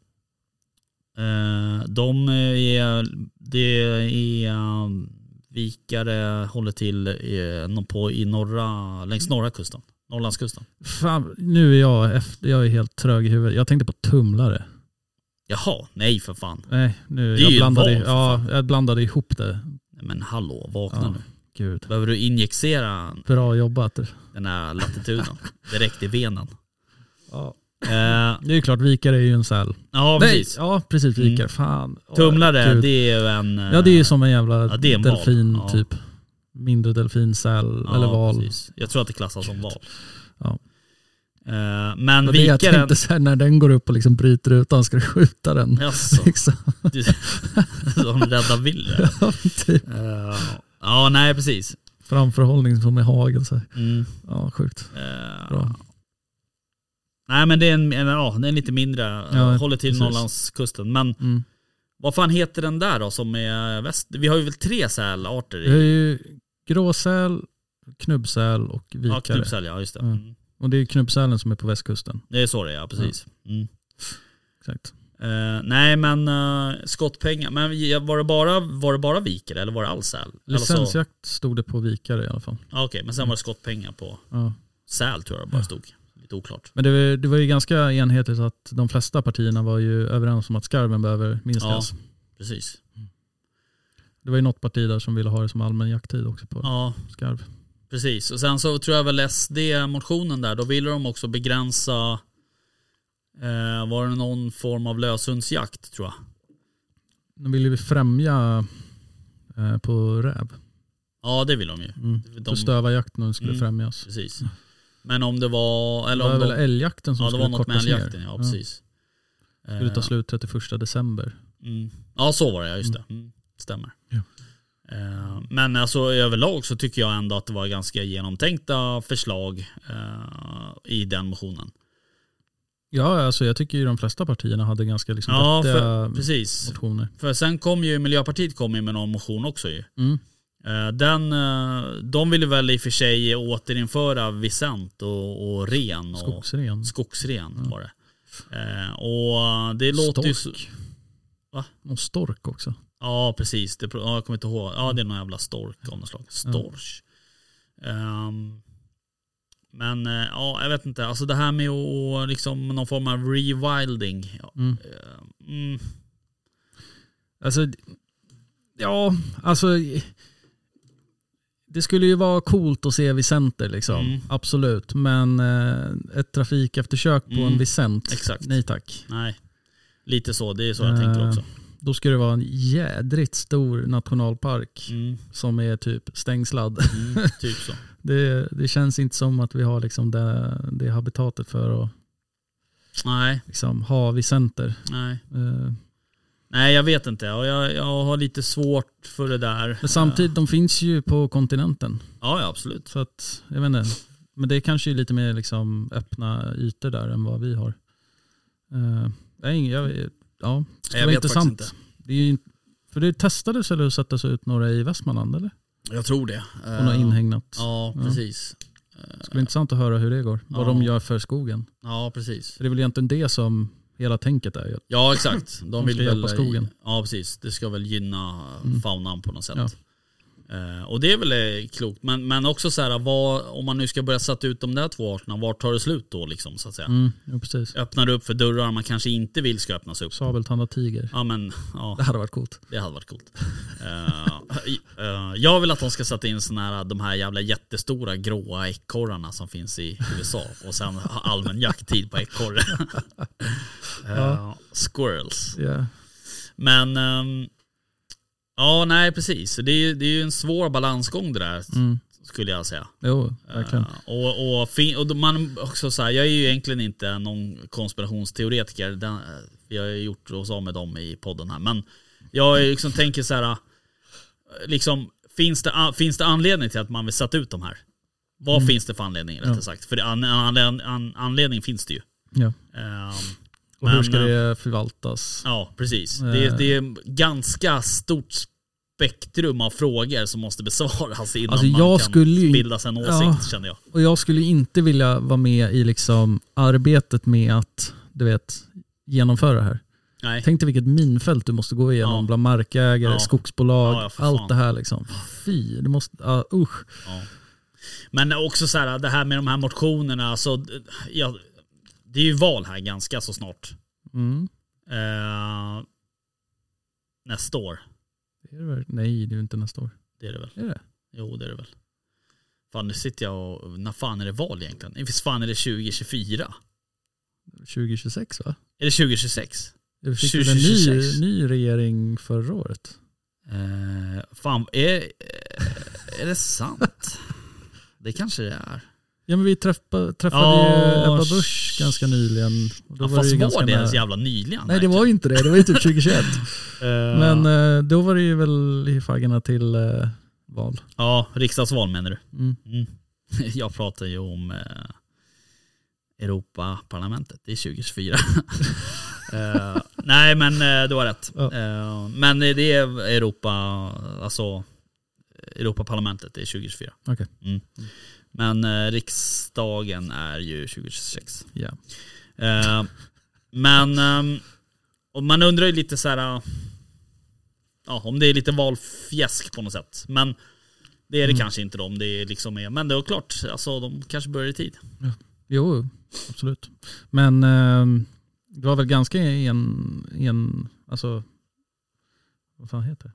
[SPEAKER 4] Eh, de är, det är eh, vikare, håller till eh, på, i norra, längs norra kusten. Norrlandskusten.
[SPEAKER 5] Fan, nu är jag, efter, jag är helt trög i huvudet. Jag tänkte på tumlare.
[SPEAKER 4] Jaha, nej för fan.
[SPEAKER 5] Nej, nu,
[SPEAKER 4] Det är
[SPEAKER 5] jag,
[SPEAKER 4] ju
[SPEAKER 5] blandade,
[SPEAKER 4] en val, för
[SPEAKER 5] ja, jag blandade ihop det.
[SPEAKER 4] Nej, Men hallå, vakna
[SPEAKER 5] Ja,
[SPEAKER 4] nu.
[SPEAKER 5] gud.
[SPEAKER 4] Behöver du injicera
[SPEAKER 5] Bra jobbat.
[SPEAKER 4] den här latituden direkt i venen?
[SPEAKER 5] Ja.
[SPEAKER 4] Eh,
[SPEAKER 5] Det är ju klart, vikare är ju en säl.
[SPEAKER 4] ja precis.
[SPEAKER 5] Nej, ja, precis. Vikare.
[SPEAKER 4] Mm.
[SPEAKER 5] Fan. Åh,
[SPEAKER 4] Tumlare,
[SPEAKER 5] gud.
[SPEAKER 4] det är ju en... eh,
[SPEAKER 5] Ja, det är ju som en jävla
[SPEAKER 4] Ja, det är en val.
[SPEAKER 5] delfin
[SPEAKER 4] Ja.
[SPEAKER 5] typ. Mindre delfin, säl
[SPEAKER 4] ja,
[SPEAKER 5] eller val.
[SPEAKER 4] precis. Jag tror att det klassas som val.
[SPEAKER 5] Ja.
[SPEAKER 4] Eh, men
[SPEAKER 5] Men det jag
[SPEAKER 4] vikaren...
[SPEAKER 5] tänkte så här, när den går upp och liksom bryter utan ska du skjuta den?
[SPEAKER 4] Jaså,
[SPEAKER 5] Liksom.
[SPEAKER 4] du, de rädda Willy.
[SPEAKER 5] typ.
[SPEAKER 4] Eh, ja, nej precis.
[SPEAKER 5] Framförhållning som med hagel. Så här.
[SPEAKER 4] Mm,
[SPEAKER 5] Ja, sjukt.
[SPEAKER 4] eh,
[SPEAKER 5] Bra.
[SPEAKER 4] nej men det är en, en, ja, det är en lite mindre,
[SPEAKER 5] Ja,
[SPEAKER 4] ja, håller till
[SPEAKER 5] precis.
[SPEAKER 4] Norrlandskusten. Men
[SPEAKER 5] Mm.
[SPEAKER 4] vad fan heter den där då som är väst? Vi har ju väl tre sälarter
[SPEAKER 5] Det är
[SPEAKER 4] i...
[SPEAKER 5] ju gråsäl, knubbsäl och
[SPEAKER 4] Ja,
[SPEAKER 5] vikare.
[SPEAKER 4] knubbsäl ja, just det.
[SPEAKER 5] Mm.
[SPEAKER 4] Mm.
[SPEAKER 5] och det är ju knubbsälen som är på västkusten.
[SPEAKER 4] Det är så det är, ja precis. Mm.
[SPEAKER 5] Exakt.
[SPEAKER 4] Eh, nej men eh, skottpengar, men vi- var det bara, var det bara vikare eller var det all säl? Alltså,
[SPEAKER 5] Licensjakt stod det på vikare i alla fall.
[SPEAKER 4] ja, Okej, men sen var det skottpengar på
[SPEAKER 5] Ja.
[SPEAKER 4] säl tror jag det bara stod. Lite lite oklart.
[SPEAKER 5] Men det, var- det var ju ganska enhetligt att de flesta partierna var ju överens om att skarven behöver minskas.
[SPEAKER 4] Precis.
[SPEAKER 5] Det var ju något parti där som ville ha det som allmän jakttid också på
[SPEAKER 4] Ja,
[SPEAKER 5] skarv.
[SPEAKER 4] precis. Och sen så tror jag väl SD-motionen där, då ville de också begränsa, eh, var det någon form av löshundsjakt tror jag?
[SPEAKER 5] De ville ju främja eh, på räv.
[SPEAKER 4] Ja det vill de ju.
[SPEAKER 5] Mm.
[SPEAKER 4] De-
[SPEAKER 5] Så stövarjakten skulle
[SPEAKER 4] Mm.
[SPEAKER 5] främjas.
[SPEAKER 4] Precis. Men om det var,
[SPEAKER 5] Det
[SPEAKER 4] eller
[SPEAKER 5] var
[SPEAKER 4] om
[SPEAKER 5] väl
[SPEAKER 4] de,
[SPEAKER 5] älgjakten som
[SPEAKER 4] ja, det var
[SPEAKER 5] skulle
[SPEAKER 4] något med
[SPEAKER 5] kortas
[SPEAKER 4] älgjakten,
[SPEAKER 5] ner.
[SPEAKER 4] ja precis.
[SPEAKER 5] Ja. Skulle ta
[SPEAKER 4] Eh,
[SPEAKER 5] slut 31 december.
[SPEAKER 4] Mm. Ja så var det, ja, just det. Mm. Stämmer.
[SPEAKER 5] Ja.
[SPEAKER 4] Eh, Men alltså överlag så tycker jag ändå att det var ganska genomtänkta förslag eh, i den motionen.
[SPEAKER 5] Ja, alltså jag tycker ju de flesta partierna hade ganska liksom
[SPEAKER 4] Ja,
[SPEAKER 5] vettiga
[SPEAKER 4] Precis.
[SPEAKER 5] motioner.
[SPEAKER 4] För sen kom ju Miljöpartiet kom ju med någon motion också ju.
[SPEAKER 5] Mm.
[SPEAKER 4] Eh, Den, eh, de ville väl i och för sig återinföra Vicent och, och ren. Och,
[SPEAKER 5] Skogsren.
[SPEAKER 4] Skogsren var det. Eh, Och det låter ju... så-
[SPEAKER 5] Stork.
[SPEAKER 4] Va?
[SPEAKER 5] Och stork också.
[SPEAKER 4] Ja, precis. Det, ja, jag kommer inte ihåg. Ja, det är någon jävla stork av något slag. Storch. Ehm, men eh, ja, jag vet inte. Alltså det här med att liksom någon form av rewilding. Ja,
[SPEAKER 5] Mm.
[SPEAKER 4] eh, mm,
[SPEAKER 5] Alltså, ja, alltså. Det skulle ju vara coolt att se Vicenter liksom.
[SPEAKER 4] Mm.
[SPEAKER 5] Absolut. Men eh, ett trafikeftersök på
[SPEAKER 4] Mm.
[SPEAKER 5] en Vicent.
[SPEAKER 4] Exakt.
[SPEAKER 5] Nej tack.
[SPEAKER 4] nej, lite så. Det är så jag tänker
[SPEAKER 5] Eh.
[SPEAKER 4] också.
[SPEAKER 5] Då skulle det vara en jädrigt stor nationalpark
[SPEAKER 4] Mm,
[SPEAKER 5] som är typ stängslad.
[SPEAKER 4] mm, typ så.
[SPEAKER 5] Det, det känns inte som att vi har liksom det, det habitatet för att
[SPEAKER 4] Nej,
[SPEAKER 5] liksom, ha Vicenter.
[SPEAKER 4] nej.
[SPEAKER 5] Eh,
[SPEAKER 4] Nej, jag vet inte. Och jag, jag har lite svårt för det där.
[SPEAKER 5] men samtidigt, de finns ju på kontinenten.
[SPEAKER 4] Ja, ja absolut.
[SPEAKER 5] Så att, jag vet inte. Men det är kanske är lite mer liksom öppna ytor där än vad vi har. Uh, jag, ingen- jag, ja, det skulle
[SPEAKER 4] Jag vet
[SPEAKER 5] vara intressant.
[SPEAKER 4] faktiskt
[SPEAKER 5] Det är ju, in- för det testades eller sattes ut några i Västmanland eller?
[SPEAKER 4] Jag tror det. Ehm,
[SPEAKER 5] Och något inhägnat.
[SPEAKER 4] Ja,
[SPEAKER 5] Ja.
[SPEAKER 4] precis.
[SPEAKER 5] Det skulle vara intressant att höra hur det går. Vad
[SPEAKER 4] Ja.
[SPEAKER 5] de gör för skogen.
[SPEAKER 4] Ja, precis.
[SPEAKER 5] För det är väl egentligen det som hela tänket är. ju.
[SPEAKER 4] Ja exakt. De,
[SPEAKER 5] ska
[SPEAKER 4] vill väl,
[SPEAKER 5] hjälpa skogen.
[SPEAKER 4] Ja precis. Det ska väl gynna
[SPEAKER 5] Mm.
[SPEAKER 4] faunan på något sätt.
[SPEAKER 5] Ja.
[SPEAKER 4] Eh, och det är väl eh, klokt. Men, men också så här, eh, vad, om man nu ska börja sätta ut de där två arterna, var tar det slut då liksom så att säga?
[SPEAKER 5] Mm, ja, precis.
[SPEAKER 4] Öppnar du upp för dörrar man kanske inte vill ska öppnas upp?
[SPEAKER 5] Sabeltandad tiger.
[SPEAKER 4] Ja men, ja
[SPEAKER 5] Det hade varit coolt.
[SPEAKER 4] det hade varit coolt. Eh, i- eh, jag vill att de ska sätta in såna här, de här jävla jättestora gråa ekorrarna som finns i USA och sen ha allmän jakttid på ekorre. Eh,
[SPEAKER 5] Ja.
[SPEAKER 4] Squirrels.
[SPEAKER 5] Ja.
[SPEAKER 4] Men ehm, ja, nej precis. Det är, ju- det är ju en svår balansgång det där
[SPEAKER 5] Mm.
[SPEAKER 4] skulle jag säga.
[SPEAKER 5] Jo, verkligen.
[SPEAKER 4] Eh, och, och, fin- och då man också så här, jag är ju egentligen inte någon konspirationsteoretiker. Den, eh, vi har ju gjort oss av med dem i podden här. Men jag är liksom tänker så här, eh, liksom, finns, det, a- finns det anledning till att man vill sätta ut de här? Vad finns det för anledning rättare
[SPEAKER 5] Mm. Ja.
[SPEAKER 4] sagt? För det- an, an, an, anledning finns det ju.
[SPEAKER 5] Ja.
[SPEAKER 4] Ehm,
[SPEAKER 5] Och hur
[SPEAKER 4] men,
[SPEAKER 5] ska
[SPEAKER 4] eh,
[SPEAKER 5] det förvaltas?
[SPEAKER 4] Ja, precis. Det är,
[SPEAKER 5] Eh.
[SPEAKER 4] det är ganska stort spektrum av frågor som måste besvaras innan
[SPEAKER 5] Alltså,
[SPEAKER 4] man
[SPEAKER 5] jag
[SPEAKER 4] kan
[SPEAKER 5] skulle ju in-
[SPEAKER 4] bilda sig en åsikt
[SPEAKER 5] Ja.
[SPEAKER 4] känner jag.
[SPEAKER 5] Och jag skulle inte vilja vara med i liksom arbetet med att du vet, genomföra det här.
[SPEAKER 4] Nej.
[SPEAKER 5] Tänk dig vilket minfält du måste gå igenom
[SPEAKER 4] Ja.
[SPEAKER 5] bland markägare,
[SPEAKER 4] Ja.
[SPEAKER 5] skogsbolag,
[SPEAKER 4] Ja, ja, för fan.
[SPEAKER 5] allt det här. Liksom. Fy, det måste, ja, usch.
[SPEAKER 4] Ja. Men också så här, det här med de här motionerna, alltså, d- ja, det är ju val här ganska så snart.
[SPEAKER 5] Mm.
[SPEAKER 4] Eh, nästa år,
[SPEAKER 5] Det är det väl- Nej, det är ju inte nästa år.
[SPEAKER 4] det är det väl?
[SPEAKER 5] Är det?
[SPEAKER 4] Jo, det är det väl. Fan, nu sitter jag och, när fan är det val egentligen? Visst fan är det 2024?
[SPEAKER 5] 2026 va?
[SPEAKER 4] Är det 2026?
[SPEAKER 5] Vi fick väl en ny,
[SPEAKER 4] 2026.
[SPEAKER 5] ny regering förra året?
[SPEAKER 4] Eh, fan, är, eh, är det sant? Det kanske det är.
[SPEAKER 5] Ja men vi träffa, träffade
[SPEAKER 4] Ja,
[SPEAKER 5] ju Ebba
[SPEAKER 4] sh-
[SPEAKER 5] Busch ganska nyligen. Och då
[SPEAKER 4] Ja,
[SPEAKER 5] var
[SPEAKER 4] fast
[SPEAKER 5] det ju
[SPEAKER 4] var
[SPEAKER 5] ganska
[SPEAKER 4] det ens
[SPEAKER 5] nära.
[SPEAKER 4] jävla nyligen?
[SPEAKER 5] Nej det var ju inte det, det var ju typ 2021.
[SPEAKER 4] verkligen? Eh,
[SPEAKER 5] Men eh, då var det ju väl i faggorna till eh, val.
[SPEAKER 4] Ja, riksdagsval menar du?
[SPEAKER 5] Mm.
[SPEAKER 4] Mm. Jag pratar ju om eh, Europaparlamentet, det är 2024. eh, nej men eh, du har rätt.
[SPEAKER 5] Ja.
[SPEAKER 4] Eh, men det är Europa, alltså Europaparlamentet, det är 2024.
[SPEAKER 5] Okej.
[SPEAKER 4] Mm. Men eh, riksdagen är ju 2026.
[SPEAKER 5] Ja.
[SPEAKER 4] Eh, men ehm, och man undrar ju lite så här. eh, Ja, om det är lite valfjäsk på något sätt.
[SPEAKER 5] Mm.
[SPEAKER 4] Men det är det kanske inte då, om det liksom är. Men det är klart, alltså, de kanske börjar i tid.
[SPEAKER 5] Jo, absolut. Men eh, det var väl ganska en, en, alltså, vad fan heter det?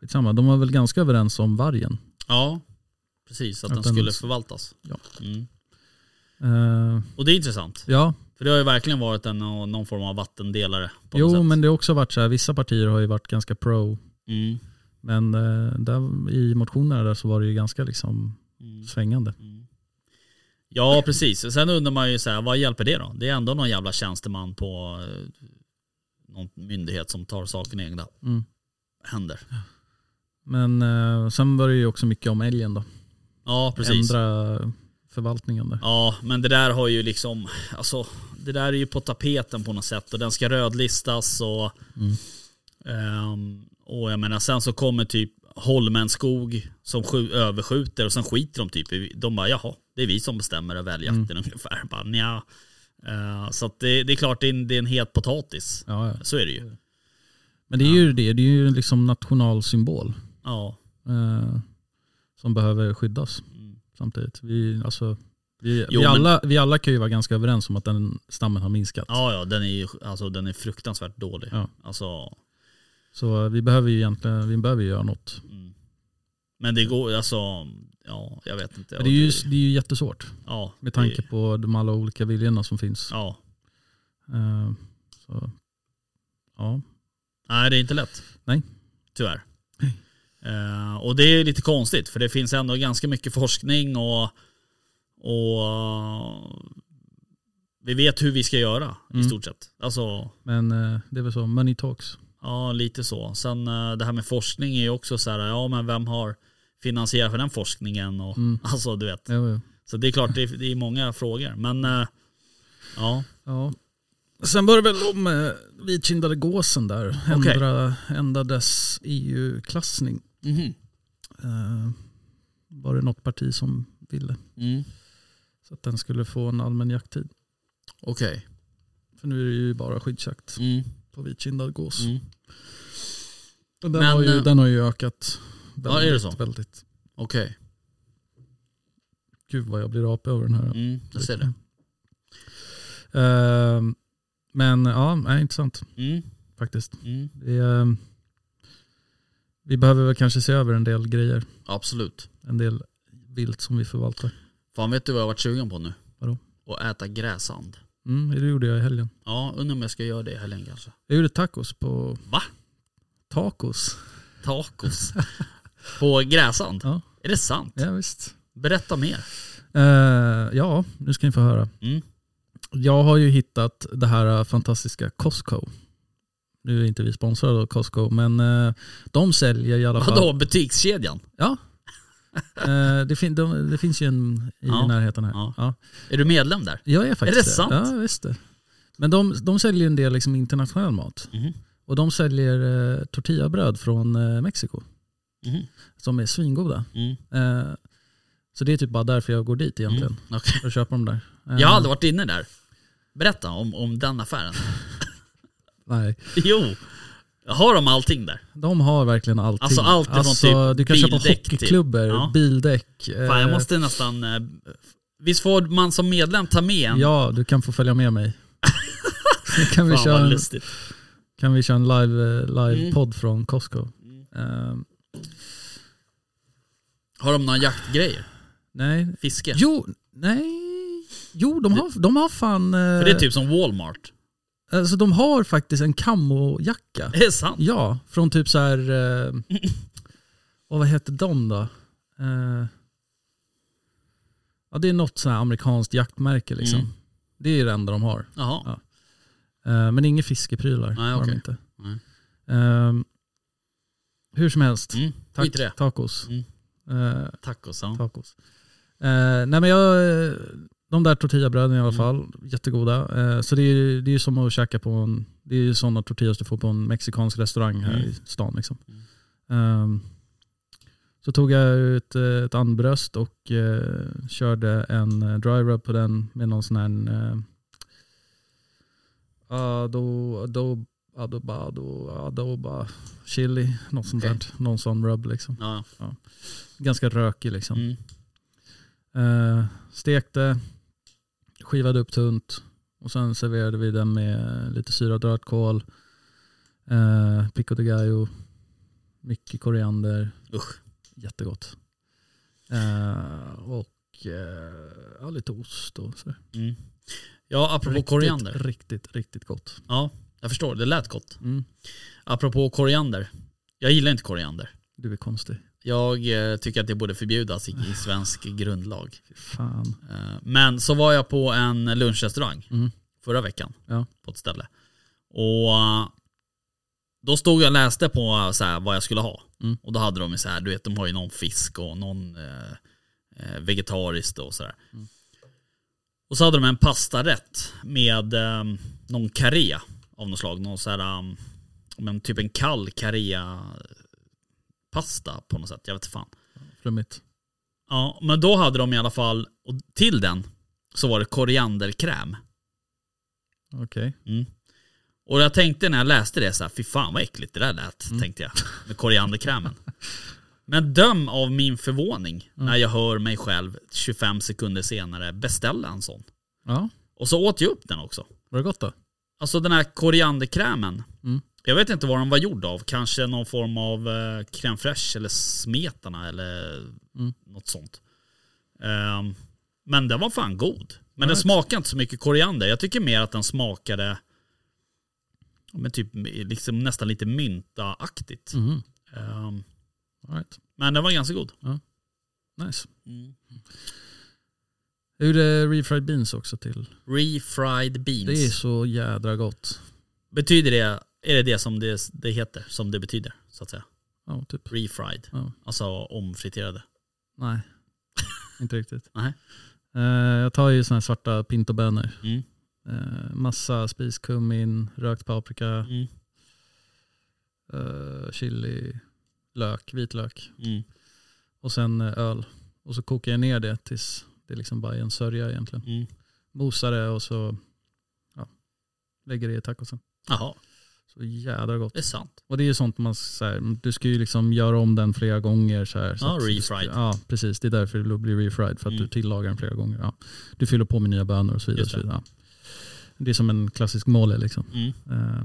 [SPEAKER 5] Skitsamma, de var väl ganska överens om vargen.
[SPEAKER 4] Ja, precis. Att,
[SPEAKER 5] Att
[SPEAKER 4] den
[SPEAKER 5] den-
[SPEAKER 4] skulle förvaltas.
[SPEAKER 5] Ja.
[SPEAKER 4] Mm.
[SPEAKER 5] Eh,
[SPEAKER 4] Och det är intressant.
[SPEAKER 5] ja,
[SPEAKER 4] För det har ju verkligen varit en, eh, någon form av vattendelare. På något
[SPEAKER 5] jo
[SPEAKER 4] sätt.
[SPEAKER 5] men det har också varit så här, vissa partier har ju varit ganska pro,
[SPEAKER 4] Mm.
[SPEAKER 5] men eh, där, i motionerna där så var det ju ganska liksom
[SPEAKER 4] Mm.
[SPEAKER 5] svängande.
[SPEAKER 4] Ja precis, sen undrar man ju så här, vad hjälper det då? Det är ändå någon jävla tjänsteman på eh, någon myndighet som tar saken i egna
[SPEAKER 5] Mm.
[SPEAKER 4] händer.
[SPEAKER 5] Men eh, sen var det ju också mycket om älgen då.
[SPEAKER 4] Ja precis.
[SPEAKER 5] Ändra förvaltningen där.
[SPEAKER 4] Ja men det där har ju liksom, alltså det där är ju på tapeten på något sätt och den ska rödlistas och,
[SPEAKER 5] Mm.
[SPEAKER 4] ehm, och jag menar sen så kommer typ Holmenskog som skju- överskjuter och sen skiter de typ i, de bara jaha, det är vi som bestämmer över älgjakten
[SPEAKER 5] Mm.
[SPEAKER 4] ungefär. Bara, nja. Eh, så att det, det är klart det är, en, det är en het potatis.
[SPEAKER 5] Ja, ja.
[SPEAKER 4] Så är det ju.
[SPEAKER 5] Men det är ju det, det är ju liksom nationalsymbol.
[SPEAKER 4] Ja.
[SPEAKER 5] eh, som behöver skyddas
[SPEAKER 4] Mm.
[SPEAKER 5] samtidigt. Vi, alltså, vi,
[SPEAKER 4] Jo,
[SPEAKER 5] vi,
[SPEAKER 4] men-
[SPEAKER 5] alla, vi alla kan ju vara ganska överens om att den stammen har minskat.
[SPEAKER 4] Ja, ja, den är ju alltså, den är fruktansvärt dålig.
[SPEAKER 5] Ja.
[SPEAKER 4] Alltså,
[SPEAKER 5] Så eh, vi behöver ju egentligen vi behöver ju göra något.
[SPEAKER 4] mm. Men det går, alltså, ja, jag vet inte.
[SPEAKER 5] Men det, är ju, det är ju jättesvårt
[SPEAKER 4] ja,
[SPEAKER 5] med
[SPEAKER 4] det-
[SPEAKER 5] tanke på de alla olika viljorna som finns.
[SPEAKER 4] Ja,
[SPEAKER 5] Eh, så, ja.
[SPEAKER 4] nej det är inte lätt.
[SPEAKER 5] Nej.
[SPEAKER 4] Tyvärr. Eh, och det är lite konstigt för det finns ändå ganska mycket forskning och, och vi vet hur vi ska göra i
[SPEAKER 5] Mm.
[SPEAKER 4] stort sett. Alltså,
[SPEAKER 5] Men eh, det är väl så, money talks.
[SPEAKER 4] Ja, lite så. Sen eh, det här med forskning är ju också så här, ja men vem har finansierat för den forskningen och
[SPEAKER 5] Mm.
[SPEAKER 4] alltså du vet.
[SPEAKER 5] Jo, jo.
[SPEAKER 4] Så det är klart det är, det är många frågor. Men eh, ja,
[SPEAKER 5] Ja. Sen var det väl om eh, vitkindade gåsen där.
[SPEAKER 4] Okej.
[SPEAKER 5] Ändra, ändra dess EU-klassning. Eh, var det något parti som ville.
[SPEAKER 4] Mm.
[SPEAKER 5] Så att den skulle få en allmän jakttid.
[SPEAKER 4] okej.
[SPEAKER 5] För nu är det ju bara skyddsjakt på vitkindad gås.
[SPEAKER 4] Mm.
[SPEAKER 5] Och Den,
[SPEAKER 4] Men,
[SPEAKER 5] har ju,
[SPEAKER 4] eh,
[SPEAKER 5] den har ju ökat
[SPEAKER 4] Ja, är
[SPEAKER 5] väldigt,
[SPEAKER 4] det så?
[SPEAKER 5] väldigt.
[SPEAKER 4] Okej,
[SPEAKER 5] Gud vad jag blir apig över den här.
[SPEAKER 4] mm, jag ser det.
[SPEAKER 5] Eh, men ja, nej, intressant
[SPEAKER 4] Mm.
[SPEAKER 5] faktiskt.
[SPEAKER 4] Mm.
[SPEAKER 5] Det, eh, vi behöver väl kanske se över en del grejer.
[SPEAKER 4] Absolut.
[SPEAKER 5] En del vilt som vi förvaltar.
[SPEAKER 4] Fan vet du vad jag har varit sugen på nu?
[SPEAKER 5] Vadå?
[SPEAKER 4] Att äta gräsand.
[SPEAKER 5] Mm, det gjorde jag i helgen.
[SPEAKER 4] Ja, undrar om jag ska göra det i helgen kanske.
[SPEAKER 5] Jag gjorde tacos på...
[SPEAKER 4] Va?
[SPEAKER 5] Tacos.
[SPEAKER 4] Tacos. på gräsand?
[SPEAKER 5] Ja.
[SPEAKER 4] Är det sant?
[SPEAKER 5] Ja, visst.
[SPEAKER 4] Berätta mer.
[SPEAKER 5] Eh, ja, nu ska ni få höra.
[SPEAKER 4] Mm.
[SPEAKER 5] Jag har ju hittat det här eh, fantastiska Costco. Nu är inte vi sponsrade av Costco, men eh, de säljer i alla fall.
[SPEAKER 4] Vadå, butikskedjan?
[SPEAKER 5] Ja. Eh, det, fin- de, det finns ju en i
[SPEAKER 4] Ja.
[SPEAKER 5] närheten här.
[SPEAKER 4] Ja.
[SPEAKER 5] Ja.
[SPEAKER 4] Är du medlem där?
[SPEAKER 5] Jag är faktiskt
[SPEAKER 4] Är det sant?
[SPEAKER 5] Ja, visst det. Men de, de säljer ju en del liksom internationell mat.
[SPEAKER 4] Mhm.
[SPEAKER 5] Och de säljer eh, tortillabröd från eh, Mexiko.
[SPEAKER 4] Mhm.
[SPEAKER 5] Som är svingoda.
[SPEAKER 4] Mm.
[SPEAKER 5] Eh, så det är typ bara därför jag går dit egentligen.
[SPEAKER 4] Mm. Okej.
[SPEAKER 5] För att köpa dem där. Eh,
[SPEAKER 4] Jag har aldrig varit inne där. Berätta om, om den affären.
[SPEAKER 5] Nej.
[SPEAKER 4] Jo, har de allting där?
[SPEAKER 5] De har verkligen allting.
[SPEAKER 4] Alltså allt ifrån typ
[SPEAKER 5] Du kan köpa
[SPEAKER 4] bildäck till-
[SPEAKER 5] hockeyklubbor,
[SPEAKER 4] Ja.
[SPEAKER 5] bildäck.
[SPEAKER 4] Fan, jag
[SPEAKER 5] eh,
[SPEAKER 4] måste nästan... eh, Visst får man som medlem ta med en?
[SPEAKER 5] Ja, du kan få följa med mig. Nu kan, vi
[SPEAKER 4] Fan
[SPEAKER 5] köra
[SPEAKER 4] vad Mm.
[SPEAKER 5] en,
[SPEAKER 4] lustigt.
[SPEAKER 5] kan vi köra en live, eh, live-podd från Costco.
[SPEAKER 4] Mm.
[SPEAKER 5] Eh,
[SPEAKER 4] Har de några jaktgrejer?
[SPEAKER 5] nej.
[SPEAKER 4] Fiske?
[SPEAKER 5] Jo, nej. Jo, de har, de har fan... eh,
[SPEAKER 4] För det är typ som Walmart.
[SPEAKER 5] Alltså de har faktiskt en kamojacka.
[SPEAKER 4] Det är sant.
[SPEAKER 5] Ja, från typ så här... Eh, och vad heter de då? Eh, ja, det är något sånt här amerikanskt jaktmärke liksom.
[SPEAKER 4] Mm.
[SPEAKER 5] Det är det enda de har.
[SPEAKER 4] Jaha.
[SPEAKER 5] Eh, men inga fiskeprylar
[SPEAKER 4] Nej,
[SPEAKER 5] har
[SPEAKER 4] okej.
[SPEAKER 5] de inte.
[SPEAKER 4] Nej.
[SPEAKER 5] Ehm, hur som helst,
[SPEAKER 4] Mm.
[SPEAKER 5] tack,
[SPEAKER 4] Skit i det.
[SPEAKER 5] tacos.
[SPEAKER 4] Mm.
[SPEAKER 5] Eh,
[SPEAKER 4] Tacos. Ja.
[SPEAKER 5] tacos. Eh, nej men jag, eh, de där tortillabröden i
[SPEAKER 4] Mm.
[SPEAKER 5] alla fall, jättegoda. Eh, så det är, ju- det är ju som att käka på en, det är ju sådana tortillas du får på en mexikansk restaurang här
[SPEAKER 4] Mm.
[SPEAKER 5] i stan. Liksom. Ehm, så tog jag ut eh, ett andbröst och eh, körde en eh, dry rub på den med någon sån här eh, ado, ado, adobado, adoba, chili, något sånt
[SPEAKER 4] Okej.
[SPEAKER 5] där. Någon sån rub liksom.
[SPEAKER 4] Ja.
[SPEAKER 5] Ganska rökig liksom.
[SPEAKER 4] Mm.
[SPEAKER 5] Eh, stekte, skivade upp tunt och sen serverade vi den med lite syrad rödkål, eh, pico de gallo, mycket koriander.
[SPEAKER 4] Usch.
[SPEAKER 5] Jättegott. Eh, och eh, ja, lite ost och sådär.
[SPEAKER 4] Mm. Ja, apropå koriander.
[SPEAKER 5] Riktigt, riktigt gott.
[SPEAKER 4] Ja, jag förstår. Det lät gott.
[SPEAKER 5] Mm.
[SPEAKER 4] Apropå koriander. Jag gillar inte koriander.
[SPEAKER 5] Du är konstig.
[SPEAKER 4] Jag eh, tycker att det borde förbjudas i, i svensk grundlag.
[SPEAKER 5] Fy Fan.
[SPEAKER 4] Eh, men så var jag på en lunchrestaurang
[SPEAKER 5] Mm.
[SPEAKER 4] förra veckan
[SPEAKER 5] Ja.
[SPEAKER 4] på ett ställe. Och eh, då stod jag och läste på eh, så här, vad jag skulle ha.
[SPEAKER 5] Mm.
[SPEAKER 4] Och då hade de ju så här, du vet de har ju någon fisk och någon eh, eh, vegetariskt och sådär.
[SPEAKER 5] Mm.
[SPEAKER 4] Och så hade de en pastarätt med eh, någon karé av något slag. Någon så här, eh, men typ en kall karé pasta på något sätt. Jag vet inte fan.
[SPEAKER 5] Flummigt.
[SPEAKER 4] Ja, men då hade de i alla fall, och till den så var det korianderkräm.
[SPEAKER 5] Okej.
[SPEAKER 4] Och jag tänkte när jag läste det så här, fy fan vad äckligt det där lät, tänkte jag. Med korianderkrämen. men döm av min förvåning när jag hör mig själv 25 sekunder senare beställa en sån.
[SPEAKER 5] Ja,
[SPEAKER 4] Och så åt jag upp den också.
[SPEAKER 5] var det gott då?
[SPEAKER 4] Alltså den här korianderkrämen.
[SPEAKER 5] Mm.
[SPEAKER 4] Jag vet inte vad den var gjord av. Kanske någon form av eh, crème fraîche eller smetana eller
[SPEAKER 5] Mm.
[SPEAKER 4] något sånt. Ehm, men den var fan god. Men den smakade inte så mycket koriander. Jag tycker mer att den smakade ja, men typ, liksom nästan lite myntaaktigt.
[SPEAKER 5] Mhm.
[SPEAKER 4] Ehm,
[SPEAKER 5] All right.
[SPEAKER 4] men den var ganska god.
[SPEAKER 5] Nice. Jag gjorde eh, refried beans också till.
[SPEAKER 4] Refried beans.
[SPEAKER 5] Det är så jädra gott.
[SPEAKER 4] Betyder det, är det det som det, det heter? Som det betyder så att säga.
[SPEAKER 5] Ja, typ.
[SPEAKER 4] Refried.
[SPEAKER 5] Ja.
[SPEAKER 4] Alltså omfriterade.
[SPEAKER 5] Nej, inte riktigt.
[SPEAKER 4] Nej.
[SPEAKER 5] Eh, jag tar ju såna här svarta pintobönor.
[SPEAKER 4] Mm.
[SPEAKER 5] Eh, massa spiskummin, rökt paprika,
[SPEAKER 4] Mm.
[SPEAKER 5] eh, chili, lök, vitlök
[SPEAKER 4] Mm.
[SPEAKER 5] och sen eh, öl. Och så kokar jag ner det tills det liksom bara är en sörja egentligen.
[SPEAKER 4] Mm.
[SPEAKER 5] Mosar det och så ja, lägger det i tacosen.
[SPEAKER 4] Jaha,
[SPEAKER 5] Så jädra gott.
[SPEAKER 4] det är sant.
[SPEAKER 5] Och det är ju sånt man, så här, du ska ju liksom göra om den flera gånger. Så här, så
[SPEAKER 4] Ja,
[SPEAKER 5] att du ska-
[SPEAKER 4] refried.
[SPEAKER 5] Ja, precis. Det är därför det blir refried, för att
[SPEAKER 4] Mm.
[SPEAKER 5] du tillagar den flera gånger. Ja. Du fyller på med nya bönor och så vidare.
[SPEAKER 4] Just
[SPEAKER 5] Det. Så vidare. Ja. det är som en klassisk mole liksom.
[SPEAKER 4] Mm.
[SPEAKER 5] Eh,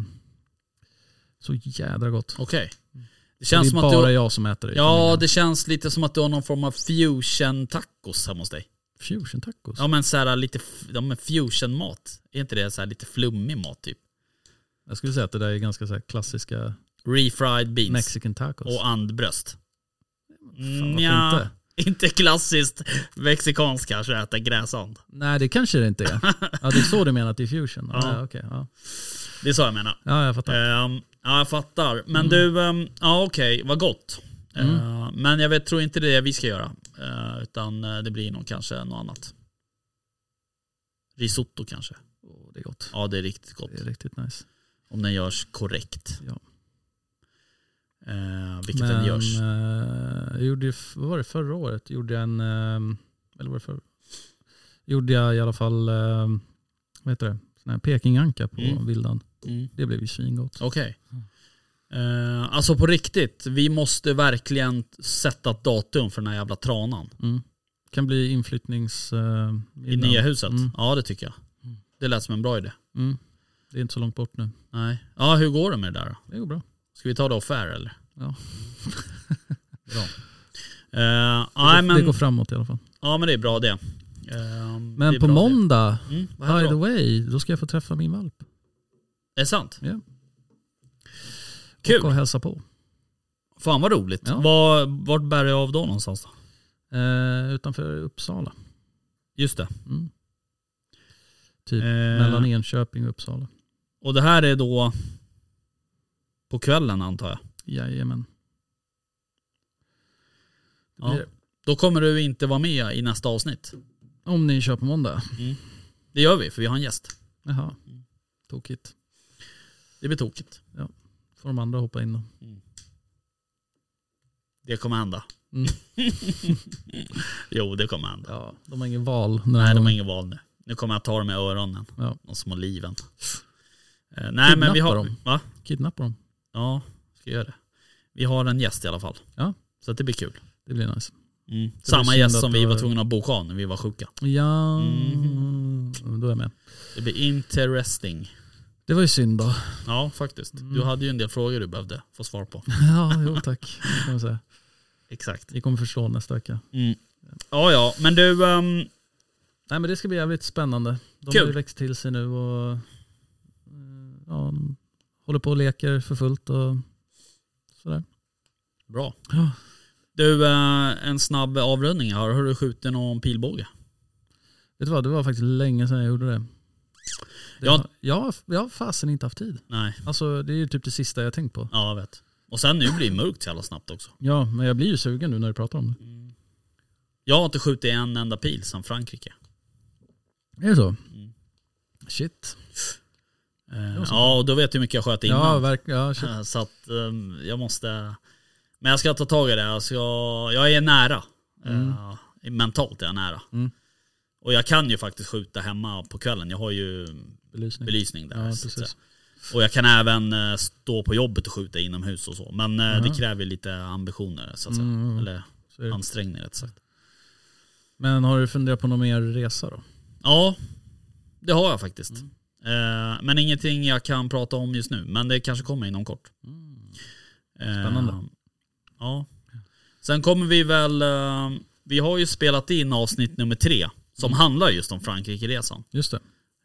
[SPEAKER 5] så jädra gott.
[SPEAKER 4] Okej. Det
[SPEAKER 5] det
[SPEAKER 4] känns
[SPEAKER 5] är
[SPEAKER 4] som att
[SPEAKER 5] bara
[SPEAKER 4] du...
[SPEAKER 5] jag som äter det. i
[SPEAKER 4] Ja,
[SPEAKER 5] familjen.
[SPEAKER 4] det känns lite som att du har någon form av fusion tacos hemma hos dig.
[SPEAKER 5] Fusion tacos.
[SPEAKER 4] Ja men så här lite, f- ja men fusion mat. Är inte det så här lite flummig mat typ?
[SPEAKER 5] Jag skulle säga att det där är ganska så här klassiska
[SPEAKER 4] Refried beans
[SPEAKER 5] mexican tacos.
[SPEAKER 4] och andbröst.
[SPEAKER 5] varför
[SPEAKER 4] Nja,
[SPEAKER 5] inte?
[SPEAKER 4] inte klassiskt mexikanskt kanske att äta gräsand.
[SPEAKER 5] Nej, det kanske det inte är. ja, det är så du menar att det är fusion? Ja.
[SPEAKER 4] Ja.
[SPEAKER 5] Ja, okej, ja.
[SPEAKER 4] Det är så jag menar.
[SPEAKER 5] ja, jag fattar.
[SPEAKER 4] Ehm, ja, jag fattar.
[SPEAKER 5] Mm.
[SPEAKER 4] Men du, ehm, ja okej, vad gott. Ehm, men jag vet, tror inte det är det vi ska göra. Ehm, utan eh, det blir nog kanske något annat. Risotto kanske.
[SPEAKER 5] Åh, det är gott.
[SPEAKER 4] Ja, det är riktigt gott.
[SPEAKER 5] Det är riktigt nice.
[SPEAKER 4] Om den görs korrekt.
[SPEAKER 5] Ja.
[SPEAKER 4] Ehm, vilket den görs.
[SPEAKER 5] eh, jag gjorde ju, vad var det förra året? Gjorde jag en, eh, eller var det förra? Gjorde jag i alla fall, eh, vad heter det? Sån här pekinganka på
[SPEAKER 4] Mm.
[SPEAKER 5] vildan.
[SPEAKER 4] Mm.
[SPEAKER 5] Det blev ju svingott.
[SPEAKER 4] Okej.
[SPEAKER 5] Mm.
[SPEAKER 4] Eh, alltså på riktigt, vi måste verkligen sätta ett datum för den här jävla tranan.
[SPEAKER 5] Mm. Kan bli inflyttnings... Eh,
[SPEAKER 4] I
[SPEAKER 5] middag.
[SPEAKER 4] nya huset.
[SPEAKER 5] Mm.
[SPEAKER 4] Ja, det tycker jag. Det lät som en bra idé.
[SPEAKER 5] Mm. Det är inte så långt bort nu.
[SPEAKER 4] Nej. Ja, hur går det med det där då?
[SPEAKER 5] Det går bra.
[SPEAKER 4] Ska vi ta det off air eller?
[SPEAKER 5] Ja.
[SPEAKER 4] bra. Eh, nej,
[SPEAKER 5] det går
[SPEAKER 4] men,
[SPEAKER 5] framåt i alla fall.
[SPEAKER 4] ja men det är bra det. Ehm,
[SPEAKER 5] Men
[SPEAKER 4] det är bra
[SPEAKER 5] på
[SPEAKER 4] det.
[SPEAKER 5] måndag,
[SPEAKER 4] Mm, vad
[SPEAKER 5] by the
[SPEAKER 4] bra.
[SPEAKER 5] way, då ska jag få träffa min valp.
[SPEAKER 4] Är det sant?
[SPEAKER 5] Ja.
[SPEAKER 4] Kul.
[SPEAKER 5] Och hälsa på.
[SPEAKER 4] Fan vad roligt.
[SPEAKER 5] Ja.
[SPEAKER 4] Var, vart bär jag av då någonstans då?
[SPEAKER 5] Eh, utanför Uppsala.
[SPEAKER 4] Just det.
[SPEAKER 5] Mm. Typ
[SPEAKER 4] Eh,
[SPEAKER 5] mellan Enköping och Uppsala.
[SPEAKER 4] Och det här är då på kvällen antar jag.
[SPEAKER 5] Jajamän. Det
[SPEAKER 4] Ja.
[SPEAKER 5] blir,
[SPEAKER 4] Då kommer du inte vara med i nästa avsnitt.
[SPEAKER 5] Om ni kör på måndag.
[SPEAKER 4] Det gör vi för vi har en gäst.
[SPEAKER 5] Jaha.
[SPEAKER 4] Mm.
[SPEAKER 5] Tokigt.
[SPEAKER 4] Det blir tokigt.
[SPEAKER 5] Får de andra hoppa in då.
[SPEAKER 4] Det kommer hända.
[SPEAKER 5] Mm.
[SPEAKER 4] jo det kommer hända.
[SPEAKER 5] Ja, de har ingen val. den här
[SPEAKER 4] Nej de har
[SPEAKER 5] gången.
[SPEAKER 4] ingen val nu. Nu kommer jag ta dem i öronen.
[SPEAKER 5] Ja.
[SPEAKER 4] De små liven. Eh, nej men vi har...
[SPEAKER 5] Kidnappa dem.
[SPEAKER 4] Va?
[SPEAKER 5] Kidnappa dem.
[SPEAKER 4] Ja, ska jag göra det. Vi har en gäst i alla fall.
[SPEAKER 5] Ja.
[SPEAKER 4] Så att det blir kul.
[SPEAKER 5] Det blir nice.
[SPEAKER 4] Mm.
[SPEAKER 5] Det var
[SPEAKER 4] Samma
[SPEAKER 5] synd
[SPEAKER 4] gäst
[SPEAKER 5] att
[SPEAKER 4] som
[SPEAKER 5] det
[SPEAKER 4] vi
[SPEAKER 5] var-
[SPEAKER 4] var tvungna att boka av när vi var sjuka.
[SPEAKER 5] Ja,
[SPEAKER 4] Mm.
[SPEAKER 5] då är jag med.
[SPEAKER 4] Det blir interesting.
[SPEAKER 5] Det var ju synd då.
[SPEAKER 4] Ja, faktiskt.
[SPEAKER 5] Mm.
[SPEAKER 4] Du hade ju en del frågor du behövde få svar på.
[SPEAKER 5] Ja, jo tack. Det kan man säga.
[SPEAKER 4] Exakt.
[SPEAKER 5] Ni kommer förstå nästa vecka.
[SPEAKER 4] Ja, ja. Men du, ehm,
[SPEAKER 5] Nej men det ska bli jävligt spännande. De
[SPEAKER 4] Kul.
[SPEAKER 5] har ju växt till sig nu och eh, ja, de håller på och leker för fullt och sådär.
[SPEAKER 4] bra.
[SPEAKER 5] Ja.
[SPEAKER 4] Du, eh, en snabb avrundning här. Har du skjutit någon pilbåge?
[SPEAKER 5] Vet du vad, det var faktiskt länge sedan jag gjorde det. det
[SPEAKER 4] Ja.
[SPEAKER 5] har- jag, har- jag har fasen inte haft tid.
[SPEAKER 4] Nej.
[SPEAKER 5] Alltså det är ju typ det sista jag tänkt på.
[SPEAKER 4] Ja, jag vet. Och sen nu blir det mörkt så jävla snabbt också.
[SPEAKER 5] Ja, men jag blir ju sugen nu när du pratar om
[SPEAKER 4] Jag har inte skjutit en enda pil sedan Frankrike.
[SPEAKER 5] det. Är det så? Shit.
[SPEAKER 4] Eh,
[SPEAKER 5] var så
[SPEAKER 4] ja, och då vet du hur mycket jag sköt innan.
[SPEAKER 5] Ja, verk, ja, shit.
[SPEAKER 4] Eh, Så att ehm, jag måste... Men jag ska ta tag i det. Alltså jag, jag är nära. Eh, mentalt är jag nära.
[SPEAKER 5] Mm.
[SPEAKER 4] Och jag kan ju faktiskt skjuta hemma på kvällen. Jag har ju
[SPEAKER 5] Belysning.
[SPEAKER 4] belysning där.
[SPEAKER 5] Ja,
[SPEAKER 4] så att
[SPEAKER 5] precis.
[SPEAKER 4] säga. och jag kan även eh, stå på jobbet och skjuta inomhus och så. Men eh, det
[SPEAKER 5] Jaha.
[SPEAKER 4] kräver ju lite ambitioner så att säga.
[SPEAKER 5] Mm, mm, mm.
[SPEAKER 4] Eller
[SPEAKER 5] Så är det.
[SPEAKER 4] ansträngning rätt sagt.
[SPEAKER 5] Men har du funderat på någon mer resa då?
[SPEAKER 4] Ja, det har jag faktiskt. Eh, men ingenting jag kan prata om just nu. Men det kanske kommer inom kort.
[SPEAKER 5] Mm. Spännande.
[SPEAKER 4] Eh, ja. Sen kommer vi väl... eh, vi har ju spelat in avsnitt nummer tre. Som
[SPEAKER 5] Mm.
[SPEAKER 4] handlar just om Frankrike-resan.
[SPEAKER 5] Just det.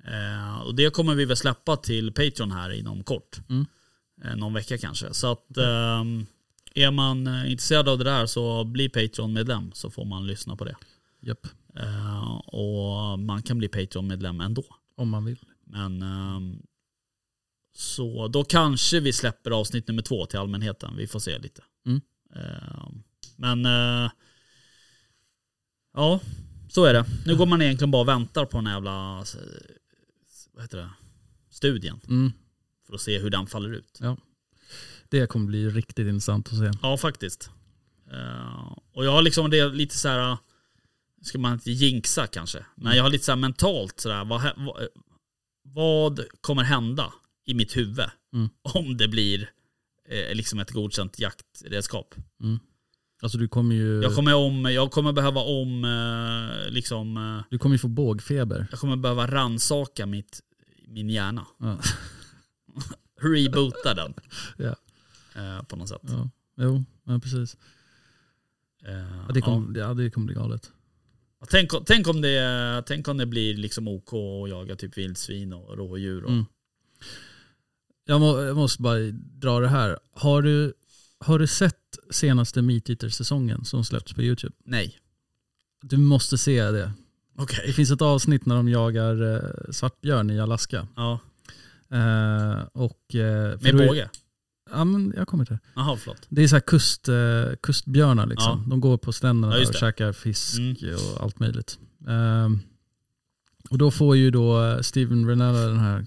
[SPEAKER 4] Eh, och det kommer vi väl släppa till Patreon här inom kort.
[SPEAKER 5] Mm.
[SPEAKER 4] Eh, någon vecka kanske. Så att... ehm, är man eh, intresserad av det där så bli Patreon-medlem så får man lyssna på det.
[SPEAKER 5] Japp.
[SPEAKER 4] Eh, och man kan bli Patreon-medlem ändå.
[SPEAKER 5] Om man vill.
[SPEAKER 4] Men ehm, så då kanske vi släpper avsnitt nummer två till allmänheten. Vi får se lite.
[SPEAKER 5] Mm.
[SPEAKER 4] Ehm, men eh, ja, så är det. Nu går man egentligen bara och väntar på den här jävla eh, vad heter det? studien
[SPEAKER 5] Mm.
[SPEAKER 4] för att se hur den faller ut.
[SPEAKER 5] Det kommer bli riktigt intressant att se.
[SPEAKER 4] Ja, faktiskt. Eh, och jag har liksom det lite så här, ska man inte jinxa kanske, men jag har lite så här mentalt så där, vad, hä- vad, vad kommer hända i mitt huvud
[SPEAKER 5] Mm.
[SPEAKER 4] om det blir eh, liksom ett godkänt jaktredskap?
[SPEAKER 5] Eh. Alltså du kommer ju,
[SPEAKER 4] Jag kommer, om, jag kommer behöva om, eh, liksom, eh,
[SPEAKER 5] du kommer ju få bågfeber.
[SPEAKER 4] jag kommer behöva ransaka mitt, min hjärna,
[SPEAKER 5] Ja.
[SPEAKER 4] reboota den
[SPEAKER 5] Ja.
[SPEAKER 4] eh, på något sätt.
[SPEAKER 5] ja. Jo, ja, precis.
[SPEAKER 4] Eh,
[SPEAKER 5] Ja, det,
[SPEAKER 4] ja.
[SPEAKER 5] kommer, ja. det kommer bli galet.
[SPEAKER 4] Ja, Tänk, om- tänk, om det, tänk om det blir liksom OK och jaga typ vildsvin och rådjur. Och,
[SPEAKER 5] Mm. Jag, må, jag måste bara dra det här. Har du, har du sett senaste Meat Eater-säsongen som släppts på YouTube?
[SPEAKER 4] Nej.
[SPEAKER 5] Du måste se det.
[SPEAKER 4] Okej.
[SPEAKER 5] Det finns ett avsnitt när de jagar eh, svartbjörn i Alaska.
[SPEAKER 4] Ja.
[SPEAKER 5] Eh, och, eh, för
[SPEAKER 4] Med
[SPEAKER 5] då är-
[SPEAKER 4] båge?
[SPEAKER 5] Ja, men jag kommer till det.
[SPEAKER 4] Jaha, förlåt.
[SPEAKER 5] Det är så här kust, eh, kustbjörnar liksom. De går på stränderna
[SPEAKER 4] Ja, just
[SPEAKER 5] och
[SPEAKER 4] det. Mm.
[SPEAKER 5] käkar fisk och allt möjligt. Ehm, och då får ju då eh, Steven Renella den här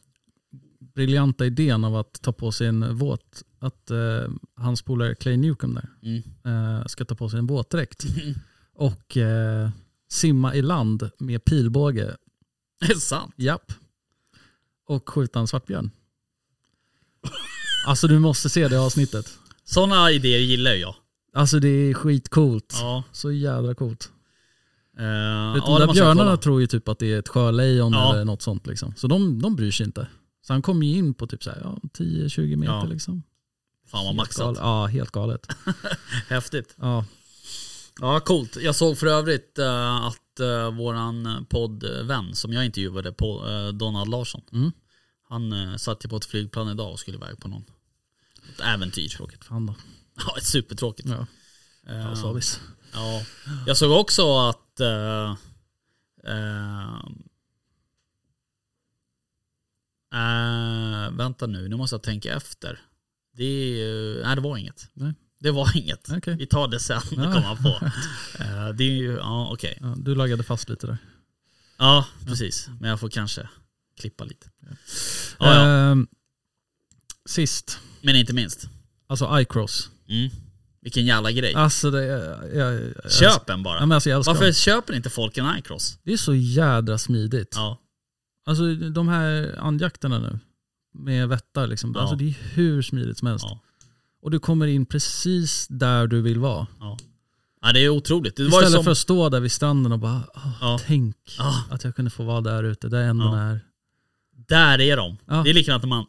[SPEAKER 5] briljanta idén av att ta på sig en våt, att eh, hans polare Clay Newcomb där
[SPEAKER 4] Mm.
[SPEAKER 5] eh, ska ta på sig en våtdräkt och eh, simma i land med pilbåge,
[SPEAKER 4] Är det sant?
[SPEAKER 5] japp, och skjuta en svartbjörn. Alltså du måste se det avsnittet.
[SPEAKER 4] Sådana idéer gillar ju jag. Eh,
[SPEAKER 5] Alltså det är skitcoolt.
[SPEAKER 4] Ja.
[SPEAKER 5] Så jävla coolt.
[SPEAKER 4] Uh,
[SPEAKER 5] Ja, de där björnarna tror ju typ att det är ett sjölejon
[SPEAKER 4] Ja.
[SPEAKER 5] eller något sånt. Liksom. Så de, de bryr sig inte. Så han kom ju in på typ så här, ja, 10-20 meter.
[SPEAKER 4] Ja.
[SPEAKER 5] Liksom.
[SPEAKER 4] Fan vad
[SPEAKER 5] Helt
[SPEAKER 4] maxat.
[SPEAKER 5] galet. Ja, helt galet.
[SPEAKER 4] Häftigt.
[SPEAKER 5] Ja.
[SPEAKER 4] Ja, coolt. Jag såg för övrigt eh, att eh, våran poddvän som jag intervjuade, på, eh, Donald Larsson,
[SPEAKER 5] Mm.
[SPEAKER 4] han eh, satt ju på ett flygplan idag och skulle iväg på någon. Ett äventyr.
[SPEAKER 5] Tråkigt fan då.
[SPEAKER 4] Ja, supertråkigt.
[SPEAKER 5] Ja.
[SPEAKER 4] Eh,
[SPEAKER 5] Ja, slavis.
[SPEAKER 4] Ja, jag såg också att eh, eh, eh, vänta nu, nu måste jag tänka efter. Det är ju, nej det var inget.
[SPEAKER 5] Nej.
[SPEAKER 4] Det var inget.
[SPEAKER 5] Okej.
[SPEAKER 4] Vi tar det sen,
[SPEAKER 5] Ja.
[SPEAKER 4] kom man på. Eh, det är ju, ja okej.
[SPEAKER 5] Ja, du lagade fast lite där.
[SPEAKER 4] Ja, precis. Men jag får kanske klippa lite. Ja, ja.
[SPEAKER 5] Ehm, sist,
[SPEAKER 4] Men inte minst.
[SPEAKER 5] alltså iCross.
[SPEAKER 4] Mm. Vilken jävla grej.
[SPEAKER 5] Alltså det är... Jag, jag, jag,
[SPEAKER 4] Köp den
[SPEAKER 5] Ja,
[SPEAKER 4] bara.
[SPEAKER 5] men alltså, jag älskar
[SPEAKER 4] Varför
[SPEAKER 5] dem.
[SPEAKER 4] köper inte folk en iCross?
[SPEAKER 5] Det är så jädra smidigt.
[SPEAKER 4] Ja.
[SPEAKER 5] Alltså de här andjakterna nu med vättar liksom.
[SPEAKER 4] Ja.
[SPEAKER 5] Alltså det är hur smidigt som helst.
[SPEAKER 4] Ja.
[SPEAKER 5] Och du kommer in precis där du vill vara.
[SPEAKER 4] Ja. Ja, det är otroligt. Det var ju
[SPEAKER 5] Istället
[SPEAKER 4] som,
[SPEAKER 5] för att stå där vid stranden och bara, "Åh,
[SPEAKER 4] Ja.
[SPEAKER 5] tänk
[SPEAKER 4] Ja.
[SPEAKER 5] att jag kunde få vara där ute, där änden
[SPEAKER 4] Ja.
[SPEAKER 5] är.
[SPEAKER 4] Där är de.
[SPEAKER 5] Ja.
[SPEAKER 4] Det är likadant när man,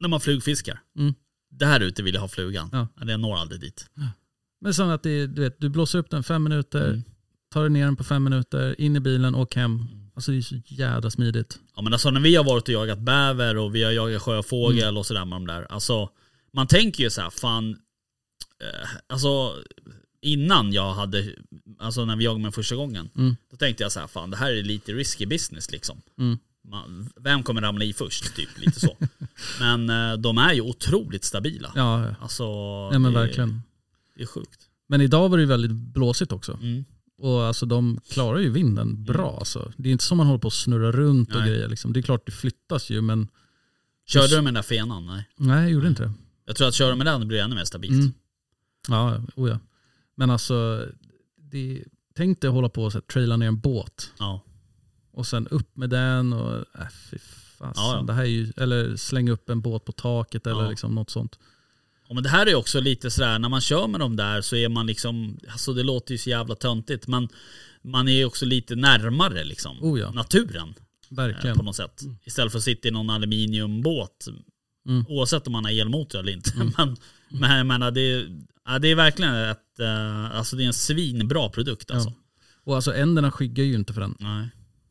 [SPEAKER 4] när man flugfiskar.
[SPEAKER 5] Mm.
[SPEAKER 4] Där ute vill jag ha flugan.
[SPEAKER 5] Ja.
[SPEAKER 4] Ja, den når aldrig dit.
[SPEAKER 5] Men sen att det, du, vet, du blåser upp den fem minuter,
[SPEAKER 4] Mm.
[SPEAKER 5] tar dig ner den på fem minuter, in i bilen, åk hem.
[SPEAKER 4] Mm.
[SPEAKER 5] Alltså det är så jävla smidigt.
[SPEAKER 4] Ja, men alltså när vi har varit och jagat bäver och vi har jagat sjöfågel
[SPEAKER 5] Mm.
[SPEAKER 4] och sådär med de där. Alltså, man tänker ju så här, fan. Eh, alltså innan jag hade, alltså när vi jagade med första gången.
[SPEAKER 5] Mm.
[SPEAKER 4] Då tänkte jag så här, fan det här är lite risky business liksom.
[SPEAKER 5] Mm.
[SPEAKER 4] Man, vem kommer ramla i först? Typ lite så. men eh, de är ju otroligt stabila.
[SPEAKER 5] Ja, ja.
[SPEAKER 4] Alltså,
[SPEAKER 5] ja men
[SPEAKER 4] det, är-
[SPEAKER 5] verkligen.
[SPEAKER 4] det är sjukt.
[SPEAKER 5] Men idag var det ju väldigt blåsigt också.
[SPEAKER 4] Mm.
[SPEAKER 5] Och alltså de klarar ju vinden bra alltså. Det är inte som man håller på att snurra runt och
[SPEAKER 4] Nej.
[SPEAKER 5] grejer liksom. Det är klart det flyttas ju men
[SPEAKER 4] Körde du med den där fenan? Nej.
[SPEAKER 5] nej jag gjorde inte det.
[SPEAKER 4] Jag tror att köra med den blir ännu mer stabilt.
[SPEAKER 5] Mm. Ja, oja. Men alltså, det, tänk dig att hålla på och så här, traila ner en båt
[SPEAKER 4] Ja.
[SPEAKER 5] och sen upp med den och äh, fy fasen.
[SPEAKER 4] Ja, ja.
[SPEAKER 5] Det här är ju, eller slänga upp en båt på taket eller
[SPEAKER 4] Ja.
[SPEAKER 5] liksom något sånt.
[SPEAKER 4] Ja, men det här är ju också lite sådär, när man kör med dem där så är man liksom, alltså det låter ju så jävla töntigt men man är ju också lite närmare liksom
[SPEAKER 5] Oh ja.
[SPEAKER 4] naturen eh,
[SPEAKER 5] Verkligen.
[SPEAKER 4] på något sätt. Istället för att sitta i någon aluminiumbåt
[SPEAKER 5] Mm.
[SPEAKER 4] oavsett om man har elmotor eller inte. Men, men jag menar det, är- ja, det är verkligen ett, eh, alltså det är en svinbra produkt alltså.
[SPEAKER 5] Och alltså änderna skyggar ju inte för den.
[SPEAKER 4] Nej.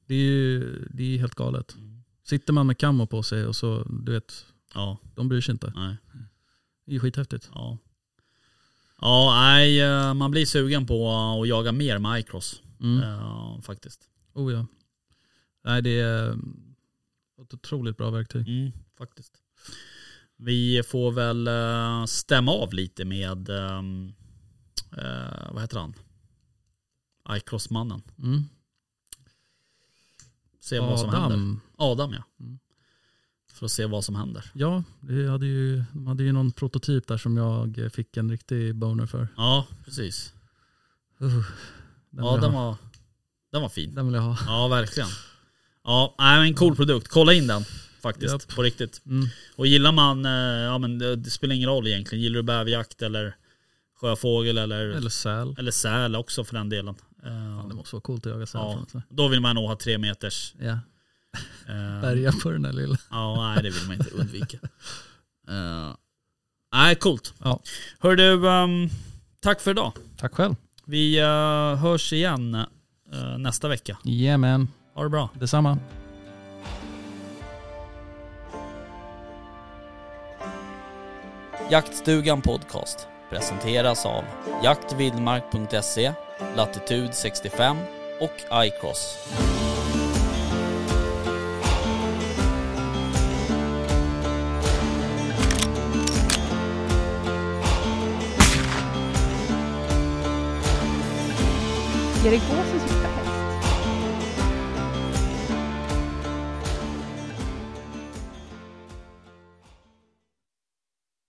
[SPEAKER 5] Det är ju det är helt galet.
[SPEAKER 4] Mm.
[SPEAKER 5] Sitter man med kammo på sig och så, du vet,
[SPEAKER 4] Ja,
[SPEAKER 5] de bryr sig inte.
[SPEAKER 4] nej.
[SPEAKER 5] Det är ju skithäftigt.
[SPEAKER 4] Ja. Ja, nej, eh, man blir sugen på att jaga mer med iCross.
[SPEAKER 5] Mm.
[SPEAKER 4] eh, faktiskt.
[SPEAKER 5] Oh ja. Nej det är eh, ett otroligt bra verktyg.
[SPEAKER 4] Mm, faktiskt. Vi får väl eh, stämma av lite med, ehm, eh, vad heter han? iCross-mannen.
[SPEAKER 5] Mm.
[SPEAKER 4] Se vad som händer.
[SPEAKER 5] Adam.
[SPEAKER 4] Adam ja.
[SPEAKER 5] Mm.
[SPEAKER 4] För att se vad som händer.
[SPEAKER 5] Ja, det hade ju, de hade ju någon prototyp där som jag fick en riktig boner för.
[SPEAKER 4] Ja, precis.
[SPEAKER 5] Uh, den,
[SPEAKER 4] Ja,
[SPEAKER 5] vill jag
[SPEAKER 4] den
[SPEAKER 5] ha.
[SPEAKER 4] var, den var fin.
[SPEAKER 5] den vill jag ha.
[SPEAKER 4] Ja, verkligen. Ja, nej, men cool produkt. Kolla in den faktiskt.
[SPEAKER 5] Japp.
[SPEAKER 4] På riktigt.
[SPEAKER 5] Mm.
[SPEAKER 4] Och gillar man, eh, ja men det, det spelar ingen roll egentligen. Gillar du bäverjakt eller sjöfågel eller,
[SPEAKER 5] Eller säl.
[SPEAKER 4] eller säl också för den delen. Eh,
[SPEAKER 5] Fan, det måste vara coolt att jaga säl.
[SPEAKER 4] Ja.
[SPEAKER 5] Ja.
[SPEAKER 4] Då vill man nog ha tre meters.
[SPEAKER 5] Ja.
[SPEAKER 4] eh,
[SPEAKER 5] Bärga på den där lilla.
[SPEAKER 4] ja, nej det vill man inte undvika. Eh, nej, coolt.
[SPEAKER 5] Ja.
[SPEAKER 4] Hör du, ehm, tack för idag.
[SPEAKER 5] Tack själv.
[SPEAKER 4] Vi eh, hörs igen eh, nästa vecka.
[SPEAKER 5] Jajamän,
[SPEAKER 4] Ha det bra.
[SPEAKER 5] detsamma.
[SPEAKER 7] Jaktstugan Podcast presenteras av jaktvildmark.se, Latitude 65 och iCross.
[SPEAKER 3] Erik Gåsen som